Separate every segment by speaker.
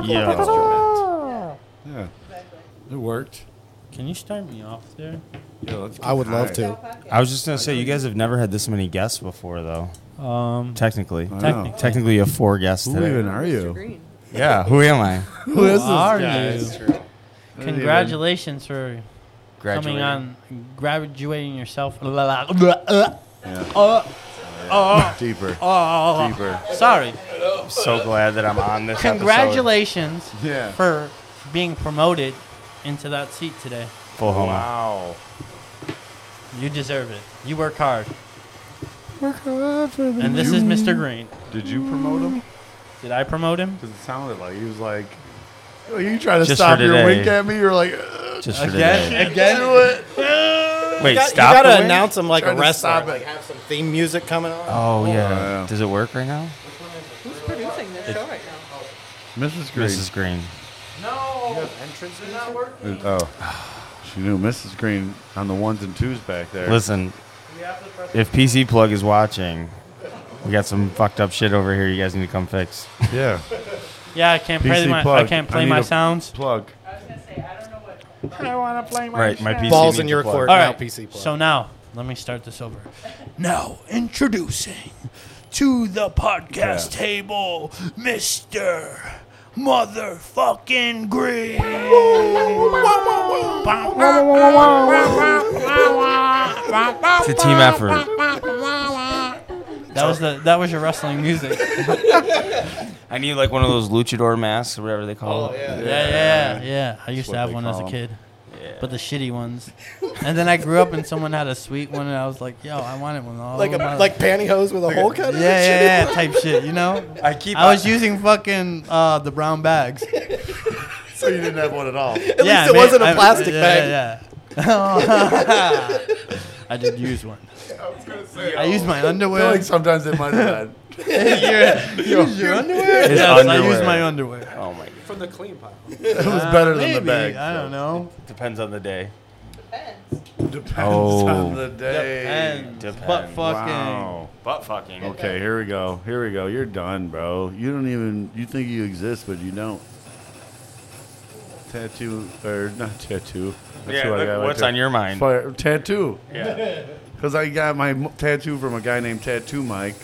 Speaker 1: Yo.
Speaker 2: Yeah. It worked.
Speaker 1: Can you start me off there?
Speaker 2: Yeah, let's
Speaker 3: I would love to.
Speaker 4: I was just gonna say you guys have never had this many guests before, though.
Speaker 1: Um,
Speaker 4: Technically,
Speaker 2: Wow.
Speaker 1: technically.
Speaker 4: technically, you have four guests
Speaker 2: Who even
Speaker 4: today.
Speaker 2: are you?
Speaker 5: Green.
Speaker 4: Yeah, who am I?
Speaker 2: Who is
Speaker 1: Who are you?
Speaker 6: that's true.
Speaker 1: Congratulations for coming
Speaker 4: Graduating.
Speaker 1: on graduating yourself.
Speaker 2: Deeper.
Speaker 1: Oh,
Speaker 2: Deeper.
Speaker 1: sorry.
Speaker 4: I'm so glad that I'm on this. episode.
Speaker 1: Congratulations
Speaker 2: Yeah.
Speaker 1: for being promoted into that seat today.
Speaker 4: Full homo.
Speaker 6: Wow.
Speaker 1: You deserve it. You work hard. Work hard for And this is Mr. Green.
Speaker 2: Did you promote him?
Speaker 1: Did I promote him?
Speaker 2: Because it sounded like he was like, "Oh, you trying to
Speaker 4: Just
Speaker 2: stop
Speaker 4: for
Speaker 2: your
Speaker 4: today.
Speaker 2: wink at me? You're like, "Uh, "Ugh,
Speaker 4: Just for today.
Speaker 1: Again, again.
Speaker 4: Wait,
Speaker 3: You got-
Speaker 4: stop.
Speaker 3: You
Speaker 4: the
Speaker 3: gotta
Speaker 4: win?
Speaker 3: announce them like a
Speaker 2: Trying to
Speaker 3: wrestler.
Speaker 2: stop it.
Speaker 3: Like have some theme music coming on.
Speaker 4: Oh
Speaker 2: yeah.
Speaker 4: yeah. Does it work right now?
Speaker 5: Who's producing this show right now?
Speaker 2: Mrs. Green.
Speaker 4: Mrs. Green.
Speaker 2: Oh, she knew Mrs. Green on the ones and twos back there.
Speaker 4: Listen, if PC Plug is watching, we got some fucked up shit over here. You guys need to come fix.
Speaker 2: Yeah,
Speaker 1: Yeah, I can't play
Speaker 2: PC
Speaker 1: my I
Speaker 2: plug.
Speaker 1: can't
Speaker 2: I
Speaker 1: play
Speaker 2: need
Speaker 1: my
Speaker 2: a-
Speaker 1: sounds.
Speaker 2: plug.
Speaker 4: Right, my PC
Speaker 3: Balls
Speaker 4: needs
Speaker 3: in
Speaker 4: a
Speaker 3: your
Speaker 4: plug.
Speaker 3: court
Speaker 1: All
Speaker 3: now,
Speaker 1: right.
Speaker 3: PC plug.
Speaker 1: So now, let me start this over. Now, introducing to the podcast table, Mr. Motherfucking Green.
Speaker 4: It's a team effort.
Speaker 1: That was the that was your wrestling music.
Speaker 4: I need like one of those luchador masks or whatever they call it.
Speaker 1: Oh, yeah, yeah, yeah. I used
Speaker 2: what
Speaker 1: to have
Speaker 2: they
Speaker 1: one as a
Speaker 2: call 'em.
Speaker 1: kid. But the shitty ones, and then I grew up and someone had a sweet one, and I was like, "Yo, I wanted one." all
Speaker 3: like a,
Speaker 1: over my-
Speaker 3: like pantyhose with a hole cut.
Speaker 1: yeah,
Speaker 3: in it?
Speaker 1: yeah, yeah, type shit, you know.
Speaker 4: I keep.
Speaker 1: I was using fucking uh, the brown bags.
Speaker 2: So you didn't have one at all.
Speaker 3: At least it wasn't a plastic
Speaker 1: yeah,
Speaker 3: bag.
Speaker 1: Yeah, yeah. I did use one. I used my
Speaker 2: feel
Speaker 1: underwear.
Speaker 2: like sometimes it might have been.
Speaker 1: you used your underwear?
Speaker 4: His
Speaker 1: yes, I
Speaker 4: underwear.
Speaker 1: used my underwear.
Speaker 4: Oh my. God.
Speaker 6: From the clean pile.
Speaker 2: It was better than
Speaker 1: Maybe.
Speaker 2: the bag.
Speaker 1: I don't know.
Speaker 4: Depends on the day.
Speaker 5: Depends.
Speaker 2: Depends
Speaker 4: Oh.
Speaker 2: on the day.
Speaker 1: And
Speaker 4: Depends.
Speaker 1: butt fucking.
Speaker 2: Wow.
Speaker 4: Butt fucking.
Speaker 2: Okay, here we go. Here we go. You're done, bro. You don't even. You think you exist, but you don't. Tattoo or not tattoo? That's
Speaker 4: Yeah,
Speaker 2: what I
Speaker 4: look,
Speaker 2: got right
Speaker 4: what's
Speaker 2: there.
Speaker 4: on your mind?
Speaker 2: Fire, tattoo.
Speaker 4: Yeah.
Speaker 2: Because I got my m- tattoo from a guy named Tattoo Mike.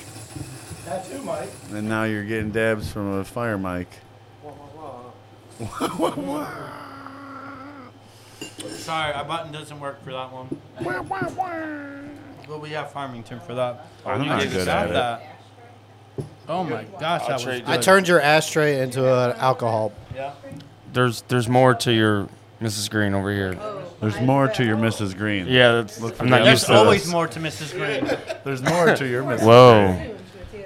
Speaker 2: Tattoo Mike. And now you're getting dabs from a fire Mike.
Speaker 1: Sorry, our button doesn't work for that one. Well, we have Farmington for that.
Speaker 2: I'm
Speaker 1: You
Speaker 2: not
Speaker 1: gave
Speaker 2: good
Speaker 1: us
Speaker 2: at it.
Speaker 1: that. Oh my gosh, that was
Speaker 4: trade
Speaker 1: good.
Speaker 3: I turned your ashtray into an alcohol.
Speaker 1: Yeah.
Speaker 4: There's there's more to your Mrs. Green over here.
Speaker 2: There's more to your Mrs. Green.
Speaker 4: Yeah, that's.
Speaker 2: Look for
Speaker 4: I'm not
Speaker 2: that.
Speaker 4: used
Speaker 1: There's
Speaker 4: to
Speaker 1: always
Speaker 4: this.
Speaker 1: more to Mrs. Green.
Speaker 2: There's more to your Mrs.
Speaker 4: Whoa.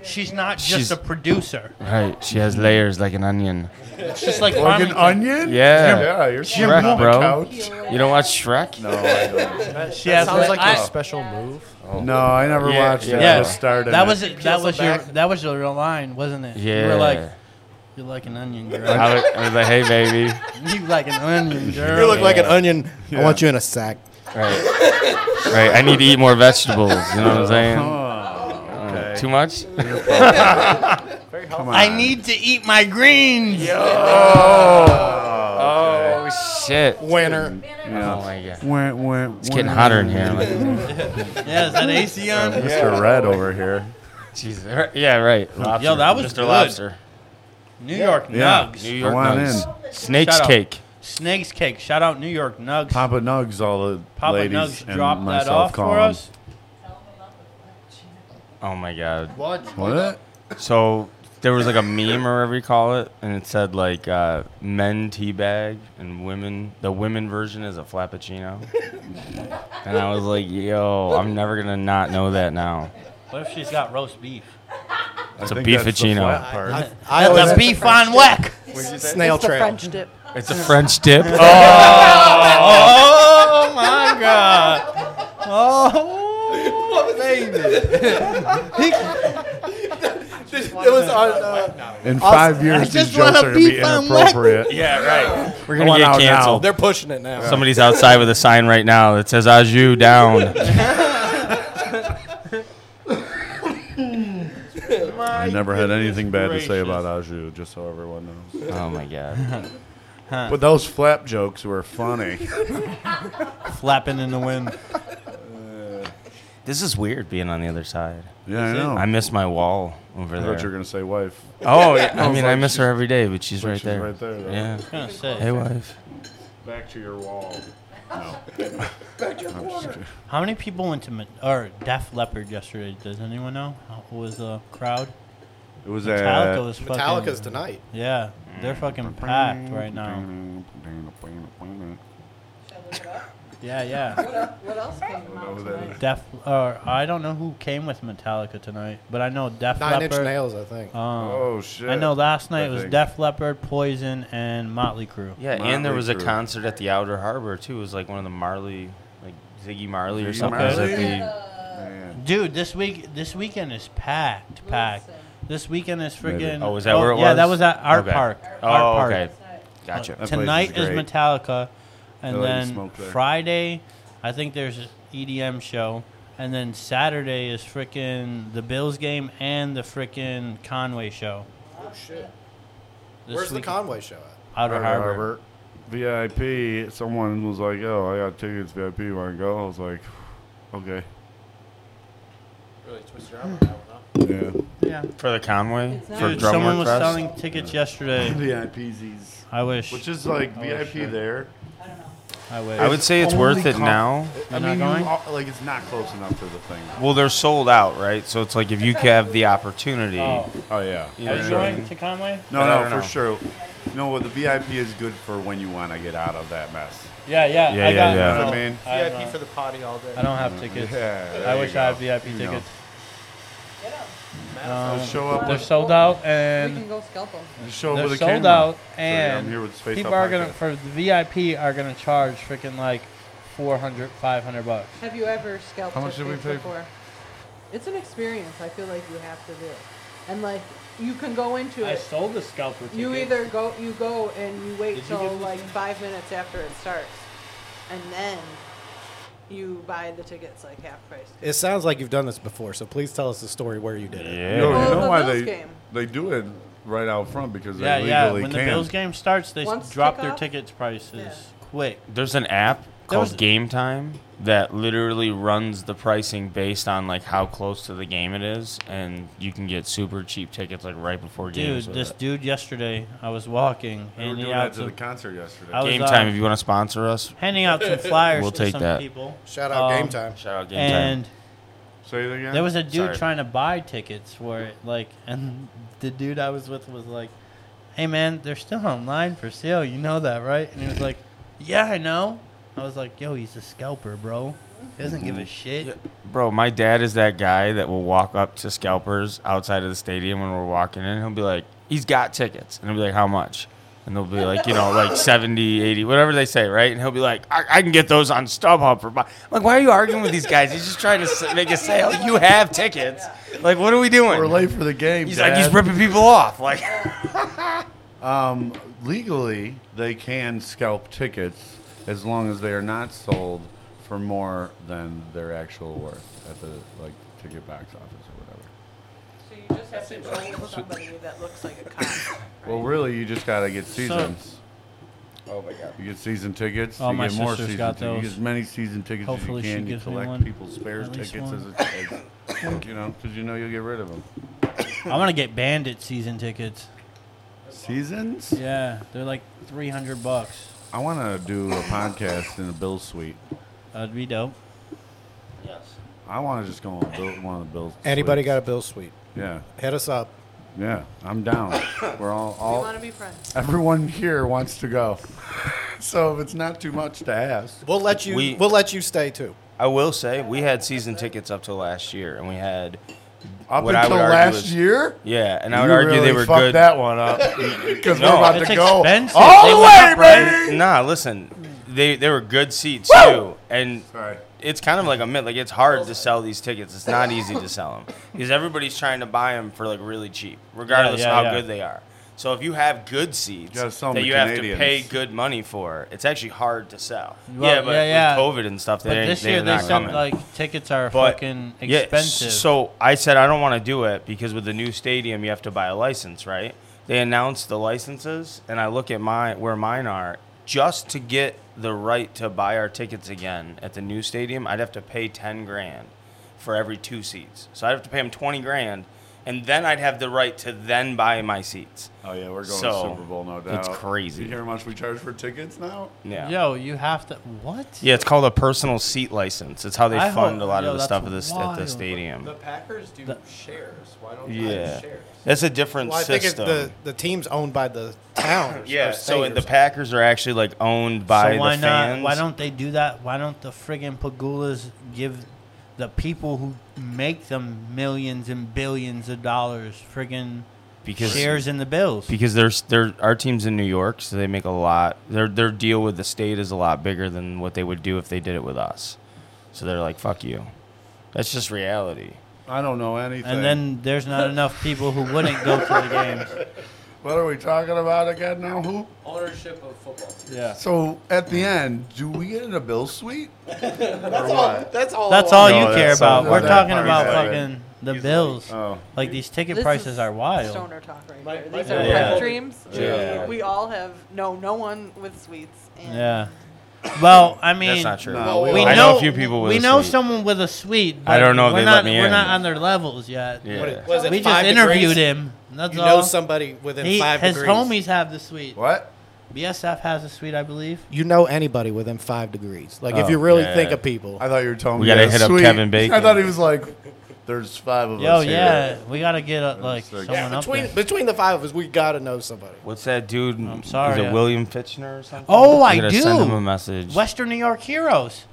Speaker 1: She's not just
Speaker 4: She's-
Speaker 1: a producer.
Speaker 4: Right. She has layers like an onion.
Speaker 1: She's like
Speaker 2: Like an
Speaker 1: Farmington.
Speaker 2: onion?
Speaker 4: Yeah.
Speaker 2: Yeah, you're sitting
Speaker 4: Shrek,
Speaker 2: on the
Speaker 4: bro.
Speaker 2: couch.
Speaker 4: You don't watch Shrek?
Speaker 2: No, I don't.
Speaker 1: She has
Speaker 3: Sounds like
Speaker 1: I-
Speaker 3: a special move.
Speaker 2: No, I never
Speaker 4: Yeah,
Speaker 2: watched it.
Speaker 4: yeah.
Speaker 2: I just started.
Speaker 1: That
Speaker 2: it.
Speaker 1: was it. That
Speaker 3: peels
Speaker 1: was
Speaker 3: it
Speaker 1: your.
Speaker 3: back.
Speaker 1: That was your real line, wasn't it?
Speaker 4: Yeah.
Speaker 1: You were like, you're like an onion girl.
Speaker 4: I, look- I was like, hey, baby.
Speaker 1: you like an onion girl.
Speaker 3: You look like an onion. I want you in a sack.
Speaker 4: Right. Right. I need to eat more vegetables. You know what I'm saying? Uh,
Speaker 2: Oh, okay.
Speaker 4: Too much?
Speaker 2: Come on.
Speaker 1: I need to eat my greens.
Speaker 2: Oh.
Speaker 4: Oh, shit.
Speaker 3: Winner.
Speaker 4: Oh, my God.
Speaker 2: Went, went,
Speaker 4: It's getting hotter in here. Like,
Speaker 1: Yeah, is that AC on?
Speaker 2: Mr. Red over here.
Speaker 4: Jesus. Yeah, right. Lobster.
Speaker 1: Yo, that was
Speaker 4: Mr.
Speaker 1: good.
Speaker 4: Lobster.
Speaker 1: New York
Speaker 2: Yeah.
Speaker 1: Nugs.
Speaker 4: New York
Speaker 2: Come on
Speaker 4: nugs.
Speaker 2: in.
Speaker 4: Snake's
Speaker 1: Shout out.
Speaker 4: cake.
Speaker 1: Snake's cake. Shout out New York Nugs.
Speaker 2: Papa Nugs, all the
Speaker 1: Papa
Speaker 2: ladies
Speaker 1: Nugs
Speaker 2: and
Speaker 1: dropped
Speaker 2: myself
Speaker 1: that off
Speaker 2: call
Speaker 1: for
Speaker 2: him.
Speaker 1: us.
Speaker 4: Oh, my God.
Speaker 2: What?
Speaker 4: So there was like a meme or whatever you call it, and it said like uh, men teabag and women. The women version is a flappuccino. and I was like, yo, I'm never gonna not know that now.
Speaker 1: What if she's got roast beef?
Speaker 2: It's
Speaker 4: a beefacino.
Speaker 2: part.
Speaker 3: I
Speaker 1: The
Speaker 3: always
Speaker 1: beef on whack.
Speaker 3: snail
Speaker 5: It's the
Speaker 3: trail.
Speaker 5: French dip.
Speaker 4: It's a French dip. Oh,
Speaker 1: Oh my god. Oh, baby.
Speaker 3: It was on. Uh,
Speaker 2: In five years, these
Speaker 1: just
Speaker 2: jokes
Speaker 1: wanna
Speaker 2: are going to be
Speaker 1: beef on whack.
Speaker 2: inappropriate.
Speaker 4: yeah, right. We're
Speaker 2: I
Speaker 4: gonna
Speaker 2: want out
Speaker 4: get
Speaker 2: now.
Speaker 4: canceled.
Speaker 3: Oh, they're pushing it now.
Speaker 4: Somebody's outside with a sign right now that says "Ajou down."
Speaker 2: I I've never had anything bad to say
Speaker 1: gracious.
Speaker 2: about Aju, just so everyone knows.
Speaker 4: Oh my god.
Speaker 2: But those flap jokes were funny.
Speaker 1: flapping in the wind.
Speaker 4: This is weird being on the other side.
Speaker 2: Yeah, I know.
Speaker 4: I miss my wall over
Speaker 2: Oh. I
Speaker 4: there.
Speaker 2: thought you were gonna say wife.
Speaker 4: oh, yeah. I mean, I miss her every day, but she's right
Speaker 2: she's
Speaker 4: there.
Speaker 2: right there, though.
Speaker 4: Yeah.
Speaker 1: Gonna say,
Speaker 4: Hey, wife.
Speaker 2: Back to your wall. No. I'm just kidding.
Speaker 1: How many people went to Ma- or Def Leppard yesterday? Does anyone know? How what was the crowd?
Speaker 2: It was
Speaker 1: Metallica
Speaker 2: at.
Speaker 1: was
Speaker 3: Metallica's
Speaker 1: fucking.
Speaker 3: tonight.
Speaker 1: Yeah, they're fucking packed right now.
Speaker 5: Should I look it up?
Speaker 1: Yeah, yeah.
Speaker 5: What el- What else came
Speaker 2: know
Speaker 5: out
Speaker 2: who that
Speaker 5: tonight?
Speaker 1: Def or I don't know who came with Metallica tonight, but I know Def
Speaker 3: Nine Inch
Speaker 1: Leppard.
Speaker 3: Nails, I think.
Speaker 1: um,
Speaker 2: Oh shit!
Speaker 1: I know last night it was
Speaker 2: think.
Speaker 1: Def Leppard, Poison, and Motley Crue.
Speaker 4: Yeah, and there
Speaker 2: Motley
Speaker 4: was a
Speaker 2: Crue.
Speaker 4: concert at the Outer Harbor too. It was like one of the Marley, like Ziggy Marley or
Speaker 2: Ziggy
Speaker 4: something. It was at
Speaker 2: Marley?
Speaker 4: the-
Speaker 2: Man.
Speaker 1: Dude, this week this weekend is packed, packed.
Speaker 5: Wilson.
Speaker 1: This weekend is
Speaker 2: Maybe.
Speaker 1: friggin'
Speaker 4: Oh, is that where it
Speaker 1: Yeah, that was
Speaker 4: was?
Speaker 1: at Art
Speaker 4: Okay.
Speaker 1: Park.
Speaker 4: Oh,
Speaker 1: Art Park.
Speaker 4: okay.
Speaker 5: Tonight.
Speaker 4: gotcha.
Speaker 2: That place
Speaker 1: Tonight
Speaker 2: is
Speaker 1: is,
Speaker 2: great.
Speaker 1: Metallica, and
Speaker 2: I like to
Speaker 1: then
Speaker 2: smoke there.
Speaker 1: Friday, I think there's an EDM show, and then Saturday is frickin' the Bills game and the frickin' Conway show.
Speaker 3: oh, shit.
Speaker 1: This
Speaker 3: Where's the
Speaker 1: week-
Speaker 3: Conway show at?
Speaker 1: Outer Harbor.
Speaker 2: VIP. Someone was like, "Oh, I got tickets. VIP, want to go?" I was like, "Okay."
Speaker 3: Really twist your arm on that one, huh?
Speaker 2: Yeah.
Speaker 1: Yeah.
Speaker 4: for the Conway
Speaker 5: It's
Speaker 4: for
Speaker 1: Dude,
Speaker 4: Drum
Speaker 1: someone
Speaker 4: Work
Speaker 1: was
Speaker 4: Fest?
Speaker 1: selling tickets yesterday.
Speaker 2: VIPs,
Speaker 1: I wish.
Speaker 2: which is like VIP
Speaker 1: Oh, shit.
Speaker 2: there.
Speaker 1: I wish.
Speaker 4: I would say it's
Speaker 2: Only
Speaker 4: worth it
Speaker 2: con-
Speaker 4: now.
Speaker 2: I
Speaker 1: You're not
Speaker 2: mean, you
Speaker 1: going?
Speaker 2: are- like it's not close enough to the thing.
Speaker 4: Well, they're sold out, right? So it's like if you have the opportunity.
Speaker 1: Oh,
Speaker 2: Oh yeah.
Speaker 1: are you
Speaker 4: Yeah.
Speaker 1: going to Conway?
Speaker 2: No,
Speaker 4: But I
Speaker 2: no,
Speaker 4: don't
Speaker 2: for sure.
Speaker 4: know.
Speaker 2: No, well, the VIP is good for when you want to get out of that mess.
Speaker 1: Yeah, yeah.
Speaker 4: Yeah,
Speaker 1: I
Speaker 4: yeah,
Speaker 1: got
Speaker 4: yeah.
Speaker 1: no,
Speaker 2: You know what I mean?
Speaker 1: I don't know.
Speaker 3: the potty all day.
Speaker 1: I don't have tickets.
Speaker 2: Yeah, there
Speaker 1: I
Speaker 2: you
Speaker 1: wish I had
Speaker 2: go.
Speaker 1: VIP
Speaker 2: You know.
Speaker 1: tickets.
Speaker 5: Get 'em.
Speaker 1: Um,
Speaker 2: Just show up
Speaker 1: they're
Speaker 2: with,
Speaker 1: sold out
Speaker 5: We can
Speaker 1: and
Speaker 5: go scalp 'em.
Speaker 2: just show up
Speaker 1: they're
Speaker 2: with a
Speaker 1: sold
Speaker 2: camera.
Speaker 1: out
Speaker 2: So, yeah, I'm here
Speaker 1: and
Speaker 2: with Space
Speaker 1: people
Speaker 2: Out
Speaker 1: are gonna
Speaker 2: Podcast.
Speaker 1: for the VIP are gonna charge freaking like 400, 500 bucks.
Speaker 5: Have you ever scalped
Speaker 2: How
Speaker 5: a
Speaker 2: much did we
Speaker 5: pig
Speaker 2: pay for-
Speaker 5: before? It's an experience. I feel like you have to do it. And like, you can go into
Speaker 1: I
Speaker 5: it.
Speaker 1: sold the scalper ticket.
Speaker 5: You either go, you go and you
Speaker 1: Did
Speaker 5: wait
Speaker 1: you
Speaker 5: till
Speaker 1: get this
Speaker 5: like five minutes after it starts, and then you buy the tickets like half price.
Speaker 3: It sounds like you've done this before, so please tell us the story where you did it.
Speaker 2: You
Speaker 5: Well,
Speaker 2: know,
Speaker 4: Yeah.
Speaker 2: you know
Speaker 5: Oh, the
Speaker 2: why
Speaker 5: Bills
Speaker 2: they
Speaker 5: game.
Speaker 2: they do it right out front because
Speaker 1: yeah
Speaker 2: they
Speaker 1: yeah.
Speaker 2: legally
Speaker 1: When the
Speaker 2: can.
Speaker 1: Bills game starts, they s-
Speaker 5: Once
Speaker 1: drop
Speaker 5: kickoff?
Speaker 1: their tickets prices
Speaker 5: Yeah.
Speaker 1: quick.
Speaker 4: There's an app called
Speaker 1: was-
Speaker 4: Game Time that literally runs the pricing based on like how close to the game it is, and you can get super cheap tickets like right before
Speaker 1: Dude,
Speaker 4: games. with
Speaker 1: this
Speaker 4: it.
Speaker 1: dude yesterday, I was walking
Speaker 2: They were
Speaker 1: handing
Speaker 2: doing
Speaker 1: out
Speaker 2: that to the
Speaker 1: some,
Speaker 2: concert yesterday.
Speaker 1: I was,
Speaker 4: Game
Speaker 1: uh,
Speaker 4: Time, if you want to sponsor us,
Speaker 1: handing out some flyers
Speaker 4: We'll
Speaker 1: to
Speaker 4: take
Speaker 1: some
Speaker 4: that.
Speaker 1: people.
Speaker 3: Shout out
Speaker 1: Um,
Speaker 3: Game Time.
Speaker 4: shout out Game Time.
Speaker 1: And
Speaker 2: Say it again.
Speaker 1: There was a dude
Speaker 4: Sorry.
Speaker 1: trying to buy tickets for it, like, and the dude I was with was like, "Hey man, they're still online for sale. You know that, right?" And he was like, "Yeah, I know." I was like, "Yo, he's a scalper, bro. He doesn't give a shit."
Speaker 4: Bro, my dad is that guy that will walk up to scalpers outside of the stadium when we're walking in. He'll be like, he's got tickets. And I'll be like, how much? And they'll be like, you know, like 70, 80, whatever they say, right? And he'll be like, I, I can get those on StubHub for buy. Like, why are you arguing with these guys? He's just trying to s- make a sale. You have tickets. Like, what are
Speaker 2: we're
Speaker 4: we doing?
Speaker 2: late for the game.
Speaker 4: He's
Speaker 2: Dad.
Speaker 4: like, he's ripping people off. Like,
Speaker 2: Um, legally, they can scalp tickets as long as they are not sold for more than their actual worth at the like ticket box office or whatever.
Speaker 5: So you just have to go with somebody that looks like a cop.
Speaker 2: Well, really, you just gotta get seasons. oh my god! You get season tickets.
Speaker 1: Oh,
Speaker 2: you
Speaker 1: my
Speaker 2: get more
Speaker 1: sister's
Speaker 2: season
Speaker 1: got
Speaker 2: tickets. You get
Speaker 1: those.
Speaker 2: as many season tickets
Speaker 1: Hopefully
Speaker 2: as
Speaker 1: she
Speaker 2: you can. You
Speaker 1: gives me
Speaker 2: collect
Speaker 1: one.
Speaker 2: people's spares
Speaker 1: At least
Speaker 2: tickets as,
Speaker 1: one.
Speaker 2: a, as you know, because you know you'll get rid of them.
Speaker 1: I want to get Bandit season tickets.
Speaker 2: Seasons?
Speaker 1: Yeah, they're like three hundred bucks.
Speaker 2: I want to do a podcast in a Bill suite.
Speaker 1: That'd be dope.
Speaker 2: I want to just go on Bill, one of the Bills.
Speaker 3: Anybody got
Speaker 2: suites.
Speaker 3: a bill suite?
Speaker 2: Yeah.
Speaker 3: Hit us up.
Speaker 2: Yeah, I'm down. We're all,
Speaker 5: You
Speaker 2: all
Speaker 5: want to be friends.
Speaker 2: everyone here wants to go. so if it's not too much to ask,
Speaker 3: We'll let you.
Speaker 4: We-
Speaker 3: We, will let you stay too.
Speaker 4: I will say, we had season tickets up till last year, and we had,
Speaker 2: up
Speaker 4: What I
Speaker 2: until
Speaker 4: would argue
Speaker 2: last
Speaker 4: is-
Speaker 2: year,
Speaker 4: yeah, and I would
Speaker 2: you
Speaker 4: argue
Speaker 2: really
Speaker 4: they were
Speaker 2: fucked
Speaker 4: good.
Speaker 2: that one up because
Speaker 4: No.
Speaker 2: we're about
Speaker 1: It's
Speaker 2: to go
Speaker 1: expensive.
Speaker 2: all
Speaker 1: They
Speaker 2: the
Speaker 1: went
Speaker 2: way,
Speaker 1: up, right?
Speaker 2: baby.
Speaker 4: Nah, listen, they they were good seats too, and
Speaker 2: Sorry.
Speaker 4: it's kind of like a myth. Like it's hard to sell these tickets. It's not easy to sell them because everybody's trying to buy them for like really cheap, regardless
Speaker 1: yeah,
Speaker 4: of how
Speaker 1: yeah.
Speaker 4: good they are. So if you have good seeds
Speaker 2: Gotta sell 'em
Speaker 4: that
Speaker 2: to
Speaker 4: you have
Speaker 2: Canadians.
Speaker 4: to pay good money for, it's actually hard to sell.
Speaker 1: Well,
Speaker 4: yeah, but
Speaker 1: yeah, yeah.
Speaker 4: with COVID and stuff, they
Speaker 1: But
Speaker 4: ain't-
Speaker 1: this
Speaker 4: they're
Speaker 1: year they
Speaker 4: not
Speaker 1: said
Speaker 4: coming.
Speaker 1: like tickets are
Speaker 4: But-
Speaker 1: fucking
Speaker 4: yeah, s-
Speaker 1: expensive.
Speaker 4: so I said I don't want to do it because with the new stadium you have to buy a license, right? They announced the licenses, and I look at my where mine are just to get the right to buy our tickets again at the new stadium. I'd have to pay ten grand for every two seats, so I'd have to pay them twenty grand, and then I'd have the right to then buy my seats.
Speaker 2: Oh yeah, we're going
Speaker 4: So,
Speaker 2: to Super Bowl, no doubt.
Speaker 4: it's crazy.
Speaker 2: You hear how much we charge for tickets now?
Speaker 4: Yeah.
Speaker 1: yo, you have to what?
Speaker 4: Yeah, it's called a personal seat license. It's how they
Speaker 1: I
Speaker 4: fund
Speaker 1: hope-
Speaker 4: a lot
Speaker 1: yo,
Speaker 4: of the
Speaker 1: that's
Speaker 4: stuff at the, at the
Speaker 1: wild.
Speaker 4: stadium.
Speaker 6: The Packers do
Speaker 1: The-
Speaker 6: shares. Why don't yeah.
Speaker 4: Yeah,
Speaker 6: shares?
Speaker 4: that's a different
Speaker 3: Well, I think it's
Speaker 4: system.
Speaker 3: the, the team's owned by the town.
Speaker 4: yeah, so the Packers are actually like owned by
Speaker 1: so why
Speaker 4: the
Speaker 1: not?
Speaker 4: fans.
Speaker 1: Why don't they do that? Why don't the friggin' pagulas give the people who make them millions and billions of dollars friggin'
Speaker 4: because
Speaker 1: shares in the bills?
Speaker 4: because there's there our team's in New York, so they make a lot. Their their deal with the state is a lot bigger than what they would do if they did it with us. So they're like, "Fuck you." That's just reality.
Speaker 2: I don't know anything.
Speaker 1: and then there's not enough people who wouldn't go to the games.
Speaker 2: what are we talking about again now? Who?
Speaker 6: Ownership of football.
Speaker 1: Yeah.
Speaker 2: So at the end, do we get in a bill suite?
Speaker 6: That's all. That's all.
Speaker 1: That's all
Speaker 4: No,
Speaker 1: you
Speaker 4: that's
Speaker 1: care about.
Speaker 2: something
Speaker 1: We're
Speaker 2: Oh, that
Speaker 1: talking
Speaker 2: part
Speaker 1: about
Speaker 2: is like-
Speaker 1: fucking the bills.
Speaker 2: oh.
Speaker 1: Like these ticket
Speaker 5: This
Speaker 1: prices
Speaker 5: is
Speaker 1: are wild.
Speaker 5: Stoner talk right
Speaker 6: My-
Speaker 5: here.
Speaker 6: my
Speaker 5: These are
Speaker 4: Yeah.
Speaker 5: pipe dreams.
Speaker 4: Yeah.
Speaker 5: We all have no, no one with sweets. And
Speaker 1: Yeah. Well, I mean,
Speaker 4: That's not true.
Speaker 2: Nah, we
Speaker 1: We
Speaker 2: all-
Speaker 1: know,
Speaker 4: I know a few people with
Speaker 1: we
Speaker 4: a
Speaker 1: know
Speaker 4: suite.
Speaker 1: someone with a suite. But
Speaker 4: I don't know if
Speaker 1: we're
Speaker 4: they let
Speaker 1: not,
Speaker 4: me
Speaker 1: We're
Speaker 4: in.
Speaker 1: not on their levels yet.
Speaker 4: Yeah.
Speaker 3: was it
Speaker 1: We just
Speaker 3: five
Speaker 1: interviewed
Speaker 3: degrees?
Speaker 1: him. That's
Speaker 3: You
Speaker 1: all.
Speaker 3: know somebody within
Speaker 1: He-
Speaker 3: five
Speaker 1: his
Speaker 3: degrees.
Speaker 1: homies have the suite.
Speaker 2: What?
Speaker 1: BSF has a suite, I believe.
Speaker 3: You know anybody within five degrees. Like
Speaker 4: Oh,
Speaker 3: if you really
Speaker 4: yeah.
Speaker 3: think of people.
Speaker 2: I thought you were telling
Speaker 4: We
Speaker 2: me.
Speaker 4: gotta
Speaker 2: a
Speaker 4: hit up
Speaker 2: suite.
Speaker 4: Kevin Bacon.
Speaker 2: I thought he was like, "There's five of
Speaker 1: Yo,
Speaker 2: us." here."
Speaker 1: yeah, we gotta get uh, like
Speaker 2: sick.
Speaker 1: someone
Speaker 2: Yeah,
Speaker 1: up
Speaker 3: between
Speaker 1: there.
Speaker 3: between the five of us, we gotta know somebody.
Speaker 4: What's that dude? I'm
Speaker 1: sorry,
Speaker 4: Is it
Speaker 1: I-
Speaker 4: William Fitchner or something?
Speaker 1: Oh,
Speaker 4: We
Speaker 1: I
Speaker 4: gotta
Speaker 1: do.
Speaker 4: Send him a message.
Speaker 1: Western New York heroes,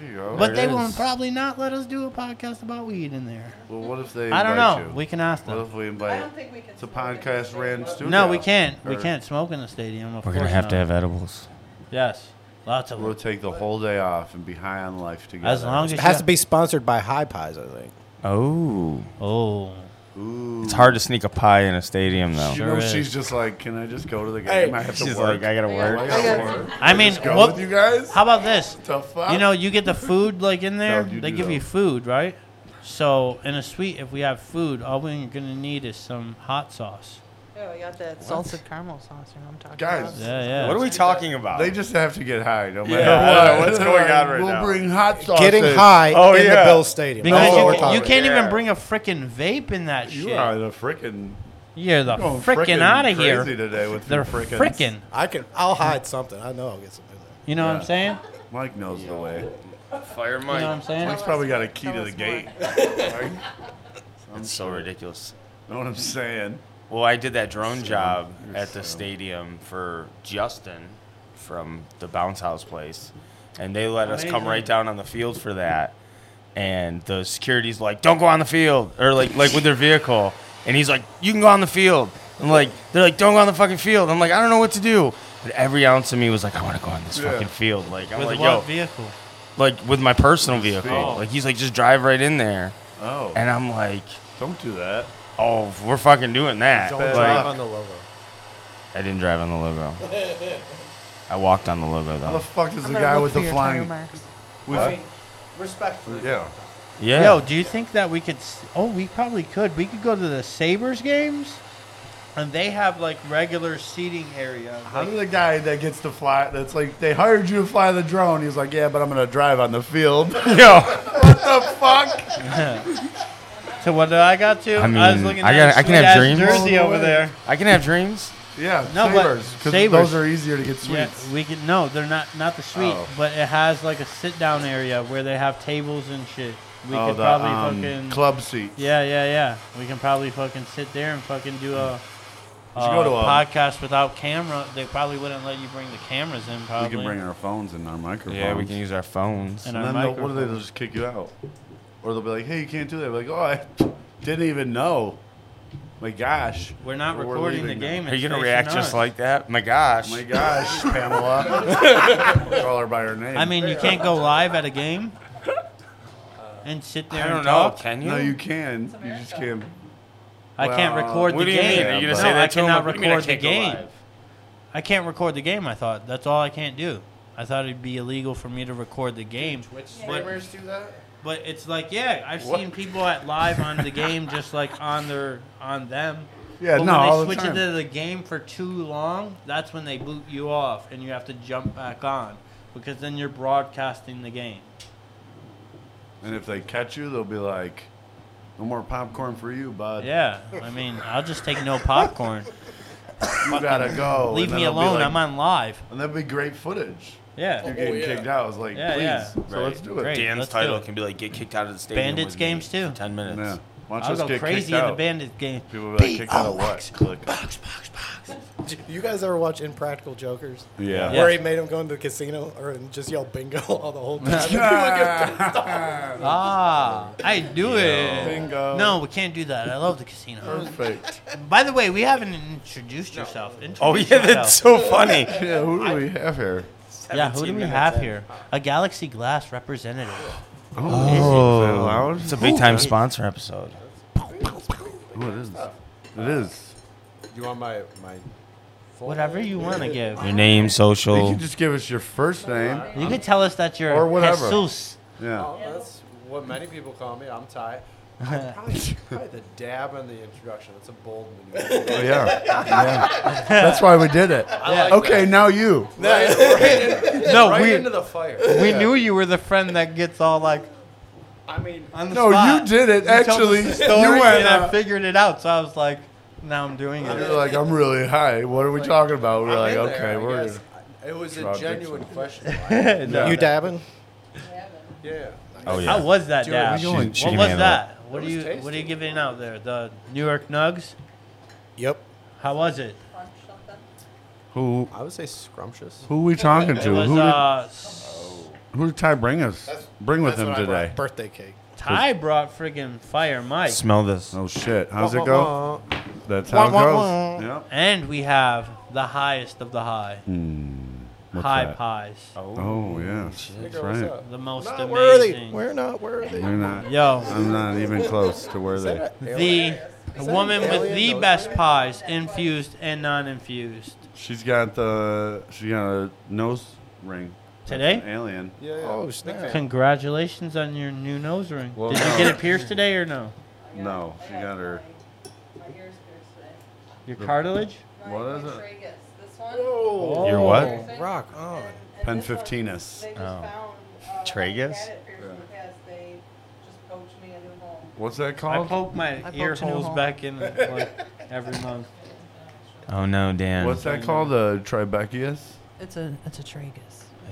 Speaker 2: There you go.
Speaker 1: but
Speaker 4: it
Speaker 1: they will
Speaker 4: is.
Speaker 1: probably not let us do a podcast about weed in there.
Speaker 2: well, what if they?
Speaker 1: I don't
Speaker 2: invite
Speaker 1: know.
Speaker 2: You?
Speaker 1: We can ask
Speaker 2: What
Speaker 1: them.
Speaker 2: if we
Speaker 5: I
Speaker 2: invite?
Speaker 5: don't think we can.
Speaker 2: It's a
Speaker 5: smoke it.
Speaker 2: podcast ran studio.
Speaker 1: No, we can't. We
Speaker 2: Or
Speaker 1: can't smoke in the stadium. Of
Speaker 4: We're gonna
Speaker 1: course
Speaker 4: have
Speaker 1: not.
Speaker 4: to have edibles.
Speaker 1: yes, lots of
Speaker 2: We'll
Speaker 1: them.
Speaker 2: take the whole day off and be high on life together.
Speaker 1: As long as
Speaker 3: It
Speaker 1: you
Speaker 3: has
Speaker 1: got-
Speaker 3: to be sponsored by High Pies, I think.
Speaker 4: Oh,
Speaker 1: Oh,
Speaker 2: Ooh.
Speaker 4: it's hard to sneak a pie in a stadium though.
Speaker 2: You
Speaker 1: Sure
Speaker 2: know,
Speaker 1: is.
Speaker 2: she's just like, "Can I just go to the game?
Speaker 3: Hey,
Speaker 2: I have to
Speaker 4: She's
Speaker 2: work.
Speaker 4: like, I gotta
Speaker 5: I
Speaker 4: work.
Speaker 5: got-
Speaker 2: I
Speaker 5: I
Speaker 2: gotta
Speaker 5: got-
Speaker 2: work.
Speaker 1: I mean,
Speaker 2: Just go
Speaker 1: what-
Speaker 2: with you guys.
Speaker 1: how about this?
Speaker 2: the fuck?
Speaker 1: You know, you get the food like in there.
Speaker 2: No, you
Speaker 1: they
Speaker 2: do
Speaker 1: give
Speaker 2: that.
Speaker 1: you food, right? So in a suite, if we have food, all we're gonna need is some hot sauce.
Speaker 5: Oh, I got that salted caramel sauce. You know what I'm talking
Speaker 2: Guys.
Speaker 5: about.
Speaker 1: Yeah, yeah.
Speaker 4: What are we talking about?
Speaker 2: They just have to get high, no matter
Speaker 4: Yeah, I don't know
Speaker 2: what.
Speaker 4: what's going on right
Speaker 2: we'll
Speaker 4: now.
Speaker 2: bring hot sauce.
Speaker 3: Getting high
Speaker 4: Oh,
Speaker 3: in
Speaker 4: yeah.
Speaker 3: the Bill Stadium.
Speaker 1: Because
Speaker 3: That's what
Speaker 2: Oh,
Speaker 3: we're
Speaker 1: you,
Speaker 3: talking
Speaker 1: you can't
Speaker 4: Yeah.
Speaker 1: even bring a freaking vape in that
Speaker 2: You
Speaker 1: shit.
Speaker 2: are the freaking.
Speaker 1: You're the
Speaker 2: going
Speaker 1: freaking out of here.
Speaker 2: Crazy today with
Speaker 1: They're
Speaker 2: your
Speaker 1: freaking.
Speaker 3: about. I can. I'll hide something. I know I'll get something.
Speaker 1: You know what
Speaker 2: Yeah.
Speaker 1: I'm saying?
Speaker 2: Mike knows the way.
Speaker 4: fire
Speaker 1: You know what
Speaker 4: Mike.
Speaker 1: I'm saying?
Speaker 2: Mike's probably got a key to
Speaker 5: Tell
Speaker 2: the
Speaker 5: us
Speaker 2: gate. Right?
Speaker 4: It's so ridiculous.
Speaker 2: know what I'm saying?
Speaker 4: Well, I did that drone job at the stadium for Justin from the bounce house place, and they let us come
Speaker 1: Amazing.
Speaker 4: right down on the field for that. And the security's like, "Don't go on the field," or like, like with their vehicle, and he's like, "You can go on the field." And like, they're like, "Don't go on the fucking field." I'm like, "I don't know what to do." But every ounce of me was like, "I want to go on this
Speaker 2: Yeah.
Speaker 4: fucking field." Like, I'm
Speaker 1: With
Speaker 4: like,
Speaker 1: what
Speaker 4: "Yo,
Speaker 1: vehicle?
Speaker 4: like with my personal vehicle." Like, he's like, "Just drive right in there,"
Speaker 2: Oh,
Speaker 4: and I'm like,
Speaker 2: don't do that.
Speaker 4: "Oh, we're fucking doing that."
Speaker 3: Don't
Speaker 4: Like,
Speaker 3: drive on the logo.
Speaker 4: I didn't drive on the logo. I walked on the logo
Speaker 2: How the
Speaker 4: though.
Speaker 2: fuck is
Speaker 5: I'm
Speaker 2: the
Speaker 5: gonna
Speaker 2: guy
Speaker 5: look
Speaker 2: with
Speaker 5: for
Speaker 2: the
Speaker 5: your
Speaker 2: flying?
Speaker 5: tire marks.
Speaker 2: With,
Speaker 6: I mean, respectfully.
Speaker 2: yeah.
Speaker 4: Yeah.
Speaker 1: Yo, do you think that we could? s- Oh, we probably could. We could go to the Sabers games, and they have like regular seating area.
Speaker 2: How did the guy that gets to fly? That's like they hired you to fly the drone. He's like, yeah, but I'm gonna drive on the field. what
Speaker 4: Yo.
Speaker 2: the fuck?
Speaker 1: So what did I got to?
Speaker 4: I mean,
Speaker 1: was looking
Speaker 4: I
Speaker 1: at
Speaker 4: got- I can
Speaker 1: sweet
Speaker 4: have
Speaker 1: ass
Speaker 4: dreams.
Speaker 1: Jersey over there.
Speaker 4: I can have dreams.
Speaker 2: Yeah,
Speaker 1: No, but
Speaker 2: savers. Because
Speaker 1: Savers.
Speaker 2: those are easier to get sweets.
Speaker 1: Yeah, we can. No, they're not. Not the suite,
Speaker 2: Oh.
Speaker 1: but it has like a sit down area where they have tables and shit. We
Speaker 2: oh,
Speaker 1: could
Speaker 2: the
Speaker 1: probably
Speaker 2: um,
Speaker 1: fucking.
Speaker 2: club seat.
Speaker 1: yeah, yeah, yeah. We can probably fucking sit there and fucking do a.
Speaker 2: should go
Speaker 1: uh,
Speaker 2: to um, a-
Speaker 1: podcast without camera. They probably wouldn't let you bring the cameras in. Probably.
Speaker 2: We can bring our phones and our microphones.
Speaker 4: Yeah, we can use our phones.
Speaker 1: And
Speaker 2: And
Speaker 1: our
Speaker 2: then they'll, what do they? They'll
Speaker 1: microphones.
Speaker 2: just kick you out, or they'll be like, "Hey, you can't do that." like, "Oh, I didn't even know." My gosh.
Speaker 1: We're not
Speaker 2: We're
Speaker 1: recording the
Speaker 2: leaving now.
Speaker 1: game.
Speaker 4: Are
Speaker 1: it's
Speaker 4: you gonna
Speaker 1: facing
Speaker 4: react
Speaker 1: us.
Speaker 4: just like that? My gosh.
Speaker 2: Oh my gosh, Pamela. Call her by her name.
Speaker 1: I mean, you can't go live at a game. And sit there
Speaker 4: I don't
Speaker 1: and
Speaker 4: know.
Speaker 1: talk.
Speaker 4: Can you?
Speaker 2: no, you can. You just can't.
Speaker 1: I can't
Speaker 2: Well,
Speaker 1: record
Speaker 4: What
Speaker 1: the
Speaker 4: do you mean?
Speaker 1: game.
Speaker 4: Are you gonna
Speaker 1: No,
Speaker 4: say that
Speaker 1: I
Speaker 4: to him?
Speaker 1: cannot
Speaker 4: What do you mean I
Speaker 1: record the
Speaker 4: can't go
Speaker 1: game.
Speaker 4: live?
Speaker 1: I can't record the game. I thought that's all I can't do. I thought it'd be illegal for me to record the game.
Speaker 6: Twitch
Speaker 1: But-
Speaker 6: streamers do that?
Speaker 1: But it's like, yeah, I've seen people at live on the game just like on their on them.
Speaker 2: Yeah, no,
Speaker 1: but When they
Speaker 2: all the
Speaker 1: switch
Speaker 2: time.
Speaker 1: into the game for too long, that's when they boot you off and you have to jump back on because then you're broadcasting the game.
Speaker 2: And if they catch you, they'll be like, "No more popcorn for you, bud.
Speaker 1: Yeah, I mean, I'll just take no popcorn.
Speaker 2: you gotta
Speaker 4: Oh,
Speaker 2: go."
Speaker 1: Leave
Speaker 2: And
Speaker 1: me
Speaker 2: then they'll be
Speaker 1: alone.
Speaker 2: like-
Speaker 1: I'm on live.
Speaker 2: And that'd be great footage.
Speaker 1: Yeah.
Speaker 2: You getting
Speaker 6: Oh, yeah.
Speaker 2: kicked out. I was like,
Speaker 1: Yeah,
Speaker 2: please.
Speaker 1: yeah.
Speaker 2: So let's do it.
Speaker 1: Great.
Speaker 4: Dan's
Speaker 1: let's do
Speaker 4: title
Speaker 1: it.
Speaker 4: can be like get kicked out of the stadium.
Speaker 1: Bandits
Speaker 4: with me
Speaker 1: games, too.
Speaker 4: for Ten minutes.
Speaker 2: Yeah. Why don't
Speaker 1: I'll
Speaker 2: you just
Speaker 1: go
Speaker 2: get
Speaker 1: crazy
Speaker 2: kicked
Speaker 1: in the
Speaker 2: out?
Speaker 1: bandit game.
Speaker 2: People get kicked out of what? Click.
Speaker 3: You guys ever watch Impractical Jokers?
Speaker 2: Yeah.
Speaker 1: Yeah.
Speaker 3: Where he made him go into the casino or and just yell bingo all the whole time.
Speaker 1: Ah, I do it.
Speaker 2: Bingo.
Speaker 1: No, we can't do that. I love the casino.
Speaker 2: Perfect.
Speaker 1: By the way, we haven't introduced yourself.
Speaker 4: Oh
Speaker 1: Introduce
Speaker 4: yeah, that's
Speaker 1: yourself.
Speaker 4: so funny.
Speaker 2: Yeah, who do we have here?
Speaker 1: yeah. Who do we have here? A Galaxy Glass representative.
Speaker 4: Oh, it's a big time
Speaker 1: Ooh.
Speaker 4: sponsor episode.
Speaker 2: Oh, it is. It is.
Speaker 6: You want my my?
Speaker 1: Whatever you want to give.
Speaker 4: Your name,
Speaker 2: You
Speaker 1: Oh.
Speaker 4: social.
Speaker 2: can just give us your first name.
Speaker 1: You could tell us that you're
Speaker 2: Or whatever.
Speaker 1: Jesus.
Speaker 2: Yeah.
Speaker 6: Oh, that's what many people call me. I'm Ty. I'm probably, probably the dab on the introduction. That's a bold maneuver.
Speaker 2: Oh, yeah. Yeah. That's why we did it. okay, now you.
Speaker 6: right, right in-
Speaker 1: No,
Speaker 6: right
Speaker 1: we-
Speaker 6: into the fire.
Speaker 1: We knew you were the friend that gets all like
Speaker 6: I mean,
Speaker 1: on the
Speaker 2: No,
Speaker 1: spot.
Speaker 2: you did it.
Speaker 1: You told
Speaker 2: Actually,
Speaker 1: us the story
Speaker 2: you went
Speaker 1: and I
Speaker 2: up.
Speaker 1: figured it out. So I was like, now I'm doing
Speaker 2: You're
Speaker 1: it.
Speaker 2: like, I'm really high. What are we talking about? We're
Speaker 6: I'm
Speaker 2: like,
Speaker 6: in
Speaker 2: okay,
Speaker 6: there, I
Speaker 2: we're.
Speaker 6: guess. I- It was a
Speaker 2: Rob Dixon.
Speaker 6: genuine question. I-
Speaker 2: Yeah.
Speaker 3: you dabbing?
Speaker 6: yeah.
Speaker 4: Oh yeah.
Speaker 1: How was that,
Speaker 6: Dude, we
Speaker 1: Dad?
Speaker 2: going-
Speaker 1: What
Speaker 4: She can
Speaker 1: was
Speaker 4: handle it.
Speaker 1: that? What
Speaker 6: It
Speaker 1: are
Speaker 6: was
Speaker 1: you What are you
Speaker 6: tasty.
Speaker 1: giving out there? The New York Nugs.
Speaker 3: Yep.
Speaker 1: How was it?
Speaker 2: Who?
Speaker 6: I would say scrumptious.
Speaker 2: Who we talking to?
Speaker 1: It was
Speaker 2: who, did,
Speaker 1: uh, s-
Speaker 2: who did Ty bring us? Bring with him
Speaker 6: what I
Speaker 2: today.
Speaker 3: Birthday cake.
Speaker 1: Ty brought friggin' Fire Mike,
Speaker 4: Smell this.
Speaker 2: Oh shit! How's it go? That's how it
Speaker 4: Wah, wah,
Speaker 2: goes. Yep.
Speaker 1: and we have the highest of the high,
Speaker 2: Hmm. What's
Speaker 1: high
Speaker 2: that?
Speaker 1: pies,
Speaker 2: Oh yes, that's right.
Speaker 1: the most
Speaker 3: Not
Speaker 6: Uh-huh.
Speaker 1: amazing.
Speaker 3: where are they? Where not? Where are they?
Speaker 2: You're not.
Speaker 1: Yo,
Speaker 2: I'm not even close to where they.
Speaker 1: the woman with the
Speaker 6: Alien?
Speaker 1: best pies, infused and non-infused.
Speaker 2: She's got the. She got a nose ring. That's
Speaker 1: Today?
Speaker 2: an alien.
Speaker 6: Yeah, yeah.
Speaker 3: Oh snap!
Speaker 1: Congratulations on your new nose ring.
Speaker 2: Well,
Speaker 1: Did
Speaker 2: no.
Speaker 1: you get it pierced today or no?
Speaker 2: No, she got her.
Speaker 1: Your cartilage?
Speaker 2: What is it?
Speaker 7: This one.
Speaker 6: Oh.
Speaker 4: Your what?
Speaker 3: Rock on.
Speaker 7: And this one,
Speaker 2: Penfiftinus.
Speaker 7: They just
Speaker 4: Oh.
Speaker 7: found, uh,
Speaker 4: Tragus?
Speaker 7: I had it pierced in the past. They just poached me a new hole.
Speaker 2: What's that
Speaker 1: I
Speaker 2: called?
Speaker 1: poke my ear holes back in like every month.
Speaker 4: Oh no, Dan.
Speaker 2: What's that called? The tribechius.
Speaker 7: It's a it's a tragus.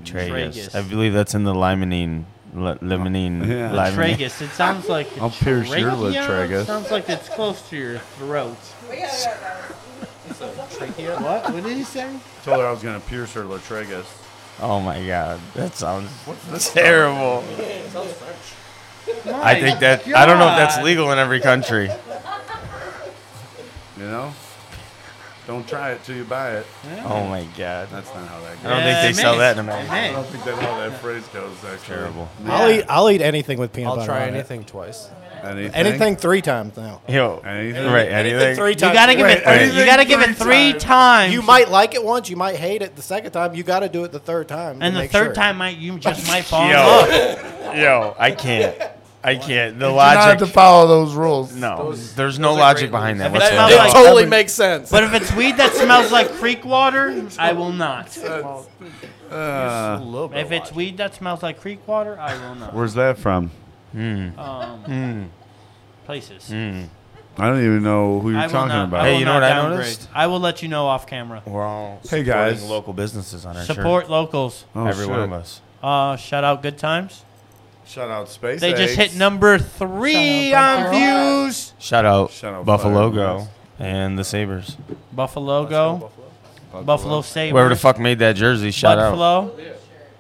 Speaker 4: Tragus.
Speaker 1: Tragus.
Speaker 4: I believe that's in the limonene. Le- limonene.
Speaker 2: Yeah.
Speaker 4: limonene.
Speaker 1: Tragus. It sounds like
Speaker 2: I'll pierce your lip,
Speaker 1: trachea.
Speaker 2: tragus.
Speaker 1: Sounds like it's close to your throat.
Speaker 7: We got it. guys.
Speaker 1: What? What did he say?
Speaker 2: Told her I was gonna pierce her latragus.
Speaker 4: Oh my god, that sounds terrible.
Speaker 6: Sounds French.
Speaker 4: I think that I don't know if that's
Speaker 1: God.
Speaker 4: legal in every country.
Speaker 2: You know. Don't try it till you buy it.
Speaker 4: Oh my god, that's
Speaker 2: That's not how that
Speaker 4: I
Speaker 2: goes.
Speaker 4: don't
Speaker 1: Yeah,
Speaker 4: think
Speaker 1: it
Speaker 4: they sell
Speaker 1: may.
Speaker 4: that in
Speaker 1: It
Speaker 4: America.
Speaker 2: I
Speaker 1: may.
Speaker 2: don't think that's how that phrase goes. Actually.
Speaker 4: Terrible.
Speaker 3: I'll eat. I'll eat anything with peanut
Speaker 6: I'll
Speaker 3: butter.
Speaker 6: try
Speaker 3: on it.
Speaker 6: anything twice.
Speaker 2: Anything.
Speaker 3: Anything three times now.
Speaker 4: Yo,
Speaker 2: Anything.
Speaker 4: right? Anything?
Speaker 3: Three
Speaker 1: You
Speaker 3: times.
Speaker 1: gotta give
Speaker 2: Wait,
Speaker 1: it. Three, you
Speaker 2: anything
Speaker 1: gotta give
Speaker 2: three
Speaker 1: it three
Speaker 2: times.
Speaker 1: times.
Speaker 3: You might like it once. You might hate it the second time. You got to do it the third time. to
Speaker 1: and the
Speaker 3: make
Speaker 1: third
Speaker 3: sure.
Speaker 1: time might you just might fall in love.
Speaker 4: Yo, yo, I can't. I can't. The
Speaker 2: You don't have to
Speaker 4: logic.
Speaker 2: follow those rules.
Speaker 4: No,
Speaker 6: Those-
Speaker 4: there's no
Speaker 6: those are
Speaker 4: logic
Speaker 6: great
Speaker 4: behind that
Speaker 1: If it smells
Speaker 4: whatsoever.
Speaker 1: like-
Speaker 3: It totally makes sense.
Speaker 1: But if it's weed that smells like creek water, I will not.
Speaker 2: Uh,
Speaker 1: If it's weed that smells like creek water, I will not.
Speaker 2: where's that from?
Speaker 1: Um, places.
Speaker 2: I don't even know who you're
Speaker 1: I will
Speaker 2: talking
Speaker 1: not,
Speaker 2: about.
Speaker 1: I
Speaker 4: Hey,
Speaker 1: will
Speaker 4: you know
Speaker 1: not
Speaker 4: what I
Speaker 1: downgrade.
Speaker 4: noticed?
Speaker 1: I will let you know off camera.
Speaker 4: We're all
Speaker 2: Hey,
Speaker 4: supporting
Speaker 2: guys.
Speaker 4: local businesses on our shirt.
Speaker 1: Support locals.
Speaker 2: Oh,
Speaker 4: every one
Speaker 2: shit.
Speaker 4: of us.
Speaker 1: Uh, shout out Good Times.
Speaker 2: Shout out Space.
Speaker 1: They just
Speaker 2: Ace.
Speaker 1: hit number three on views.
Speaker 4: Shout out
Speaker 2: Shout out
Speaker 4: Buffalo
Speaker 2: Fire
Speaker 4: Go
Speaker 2: West.
Speaker 4: and the Sabers.
Speaker 1: Buffalo
Speaker 6: Go
Speaker 1: Go.
Speaker 6: Buffalo.
Speaker 1: Buffalo Sabres.
Speaker 4: Whoever the fuck made that jersey, shout out.
Speaker 1: Buffalo.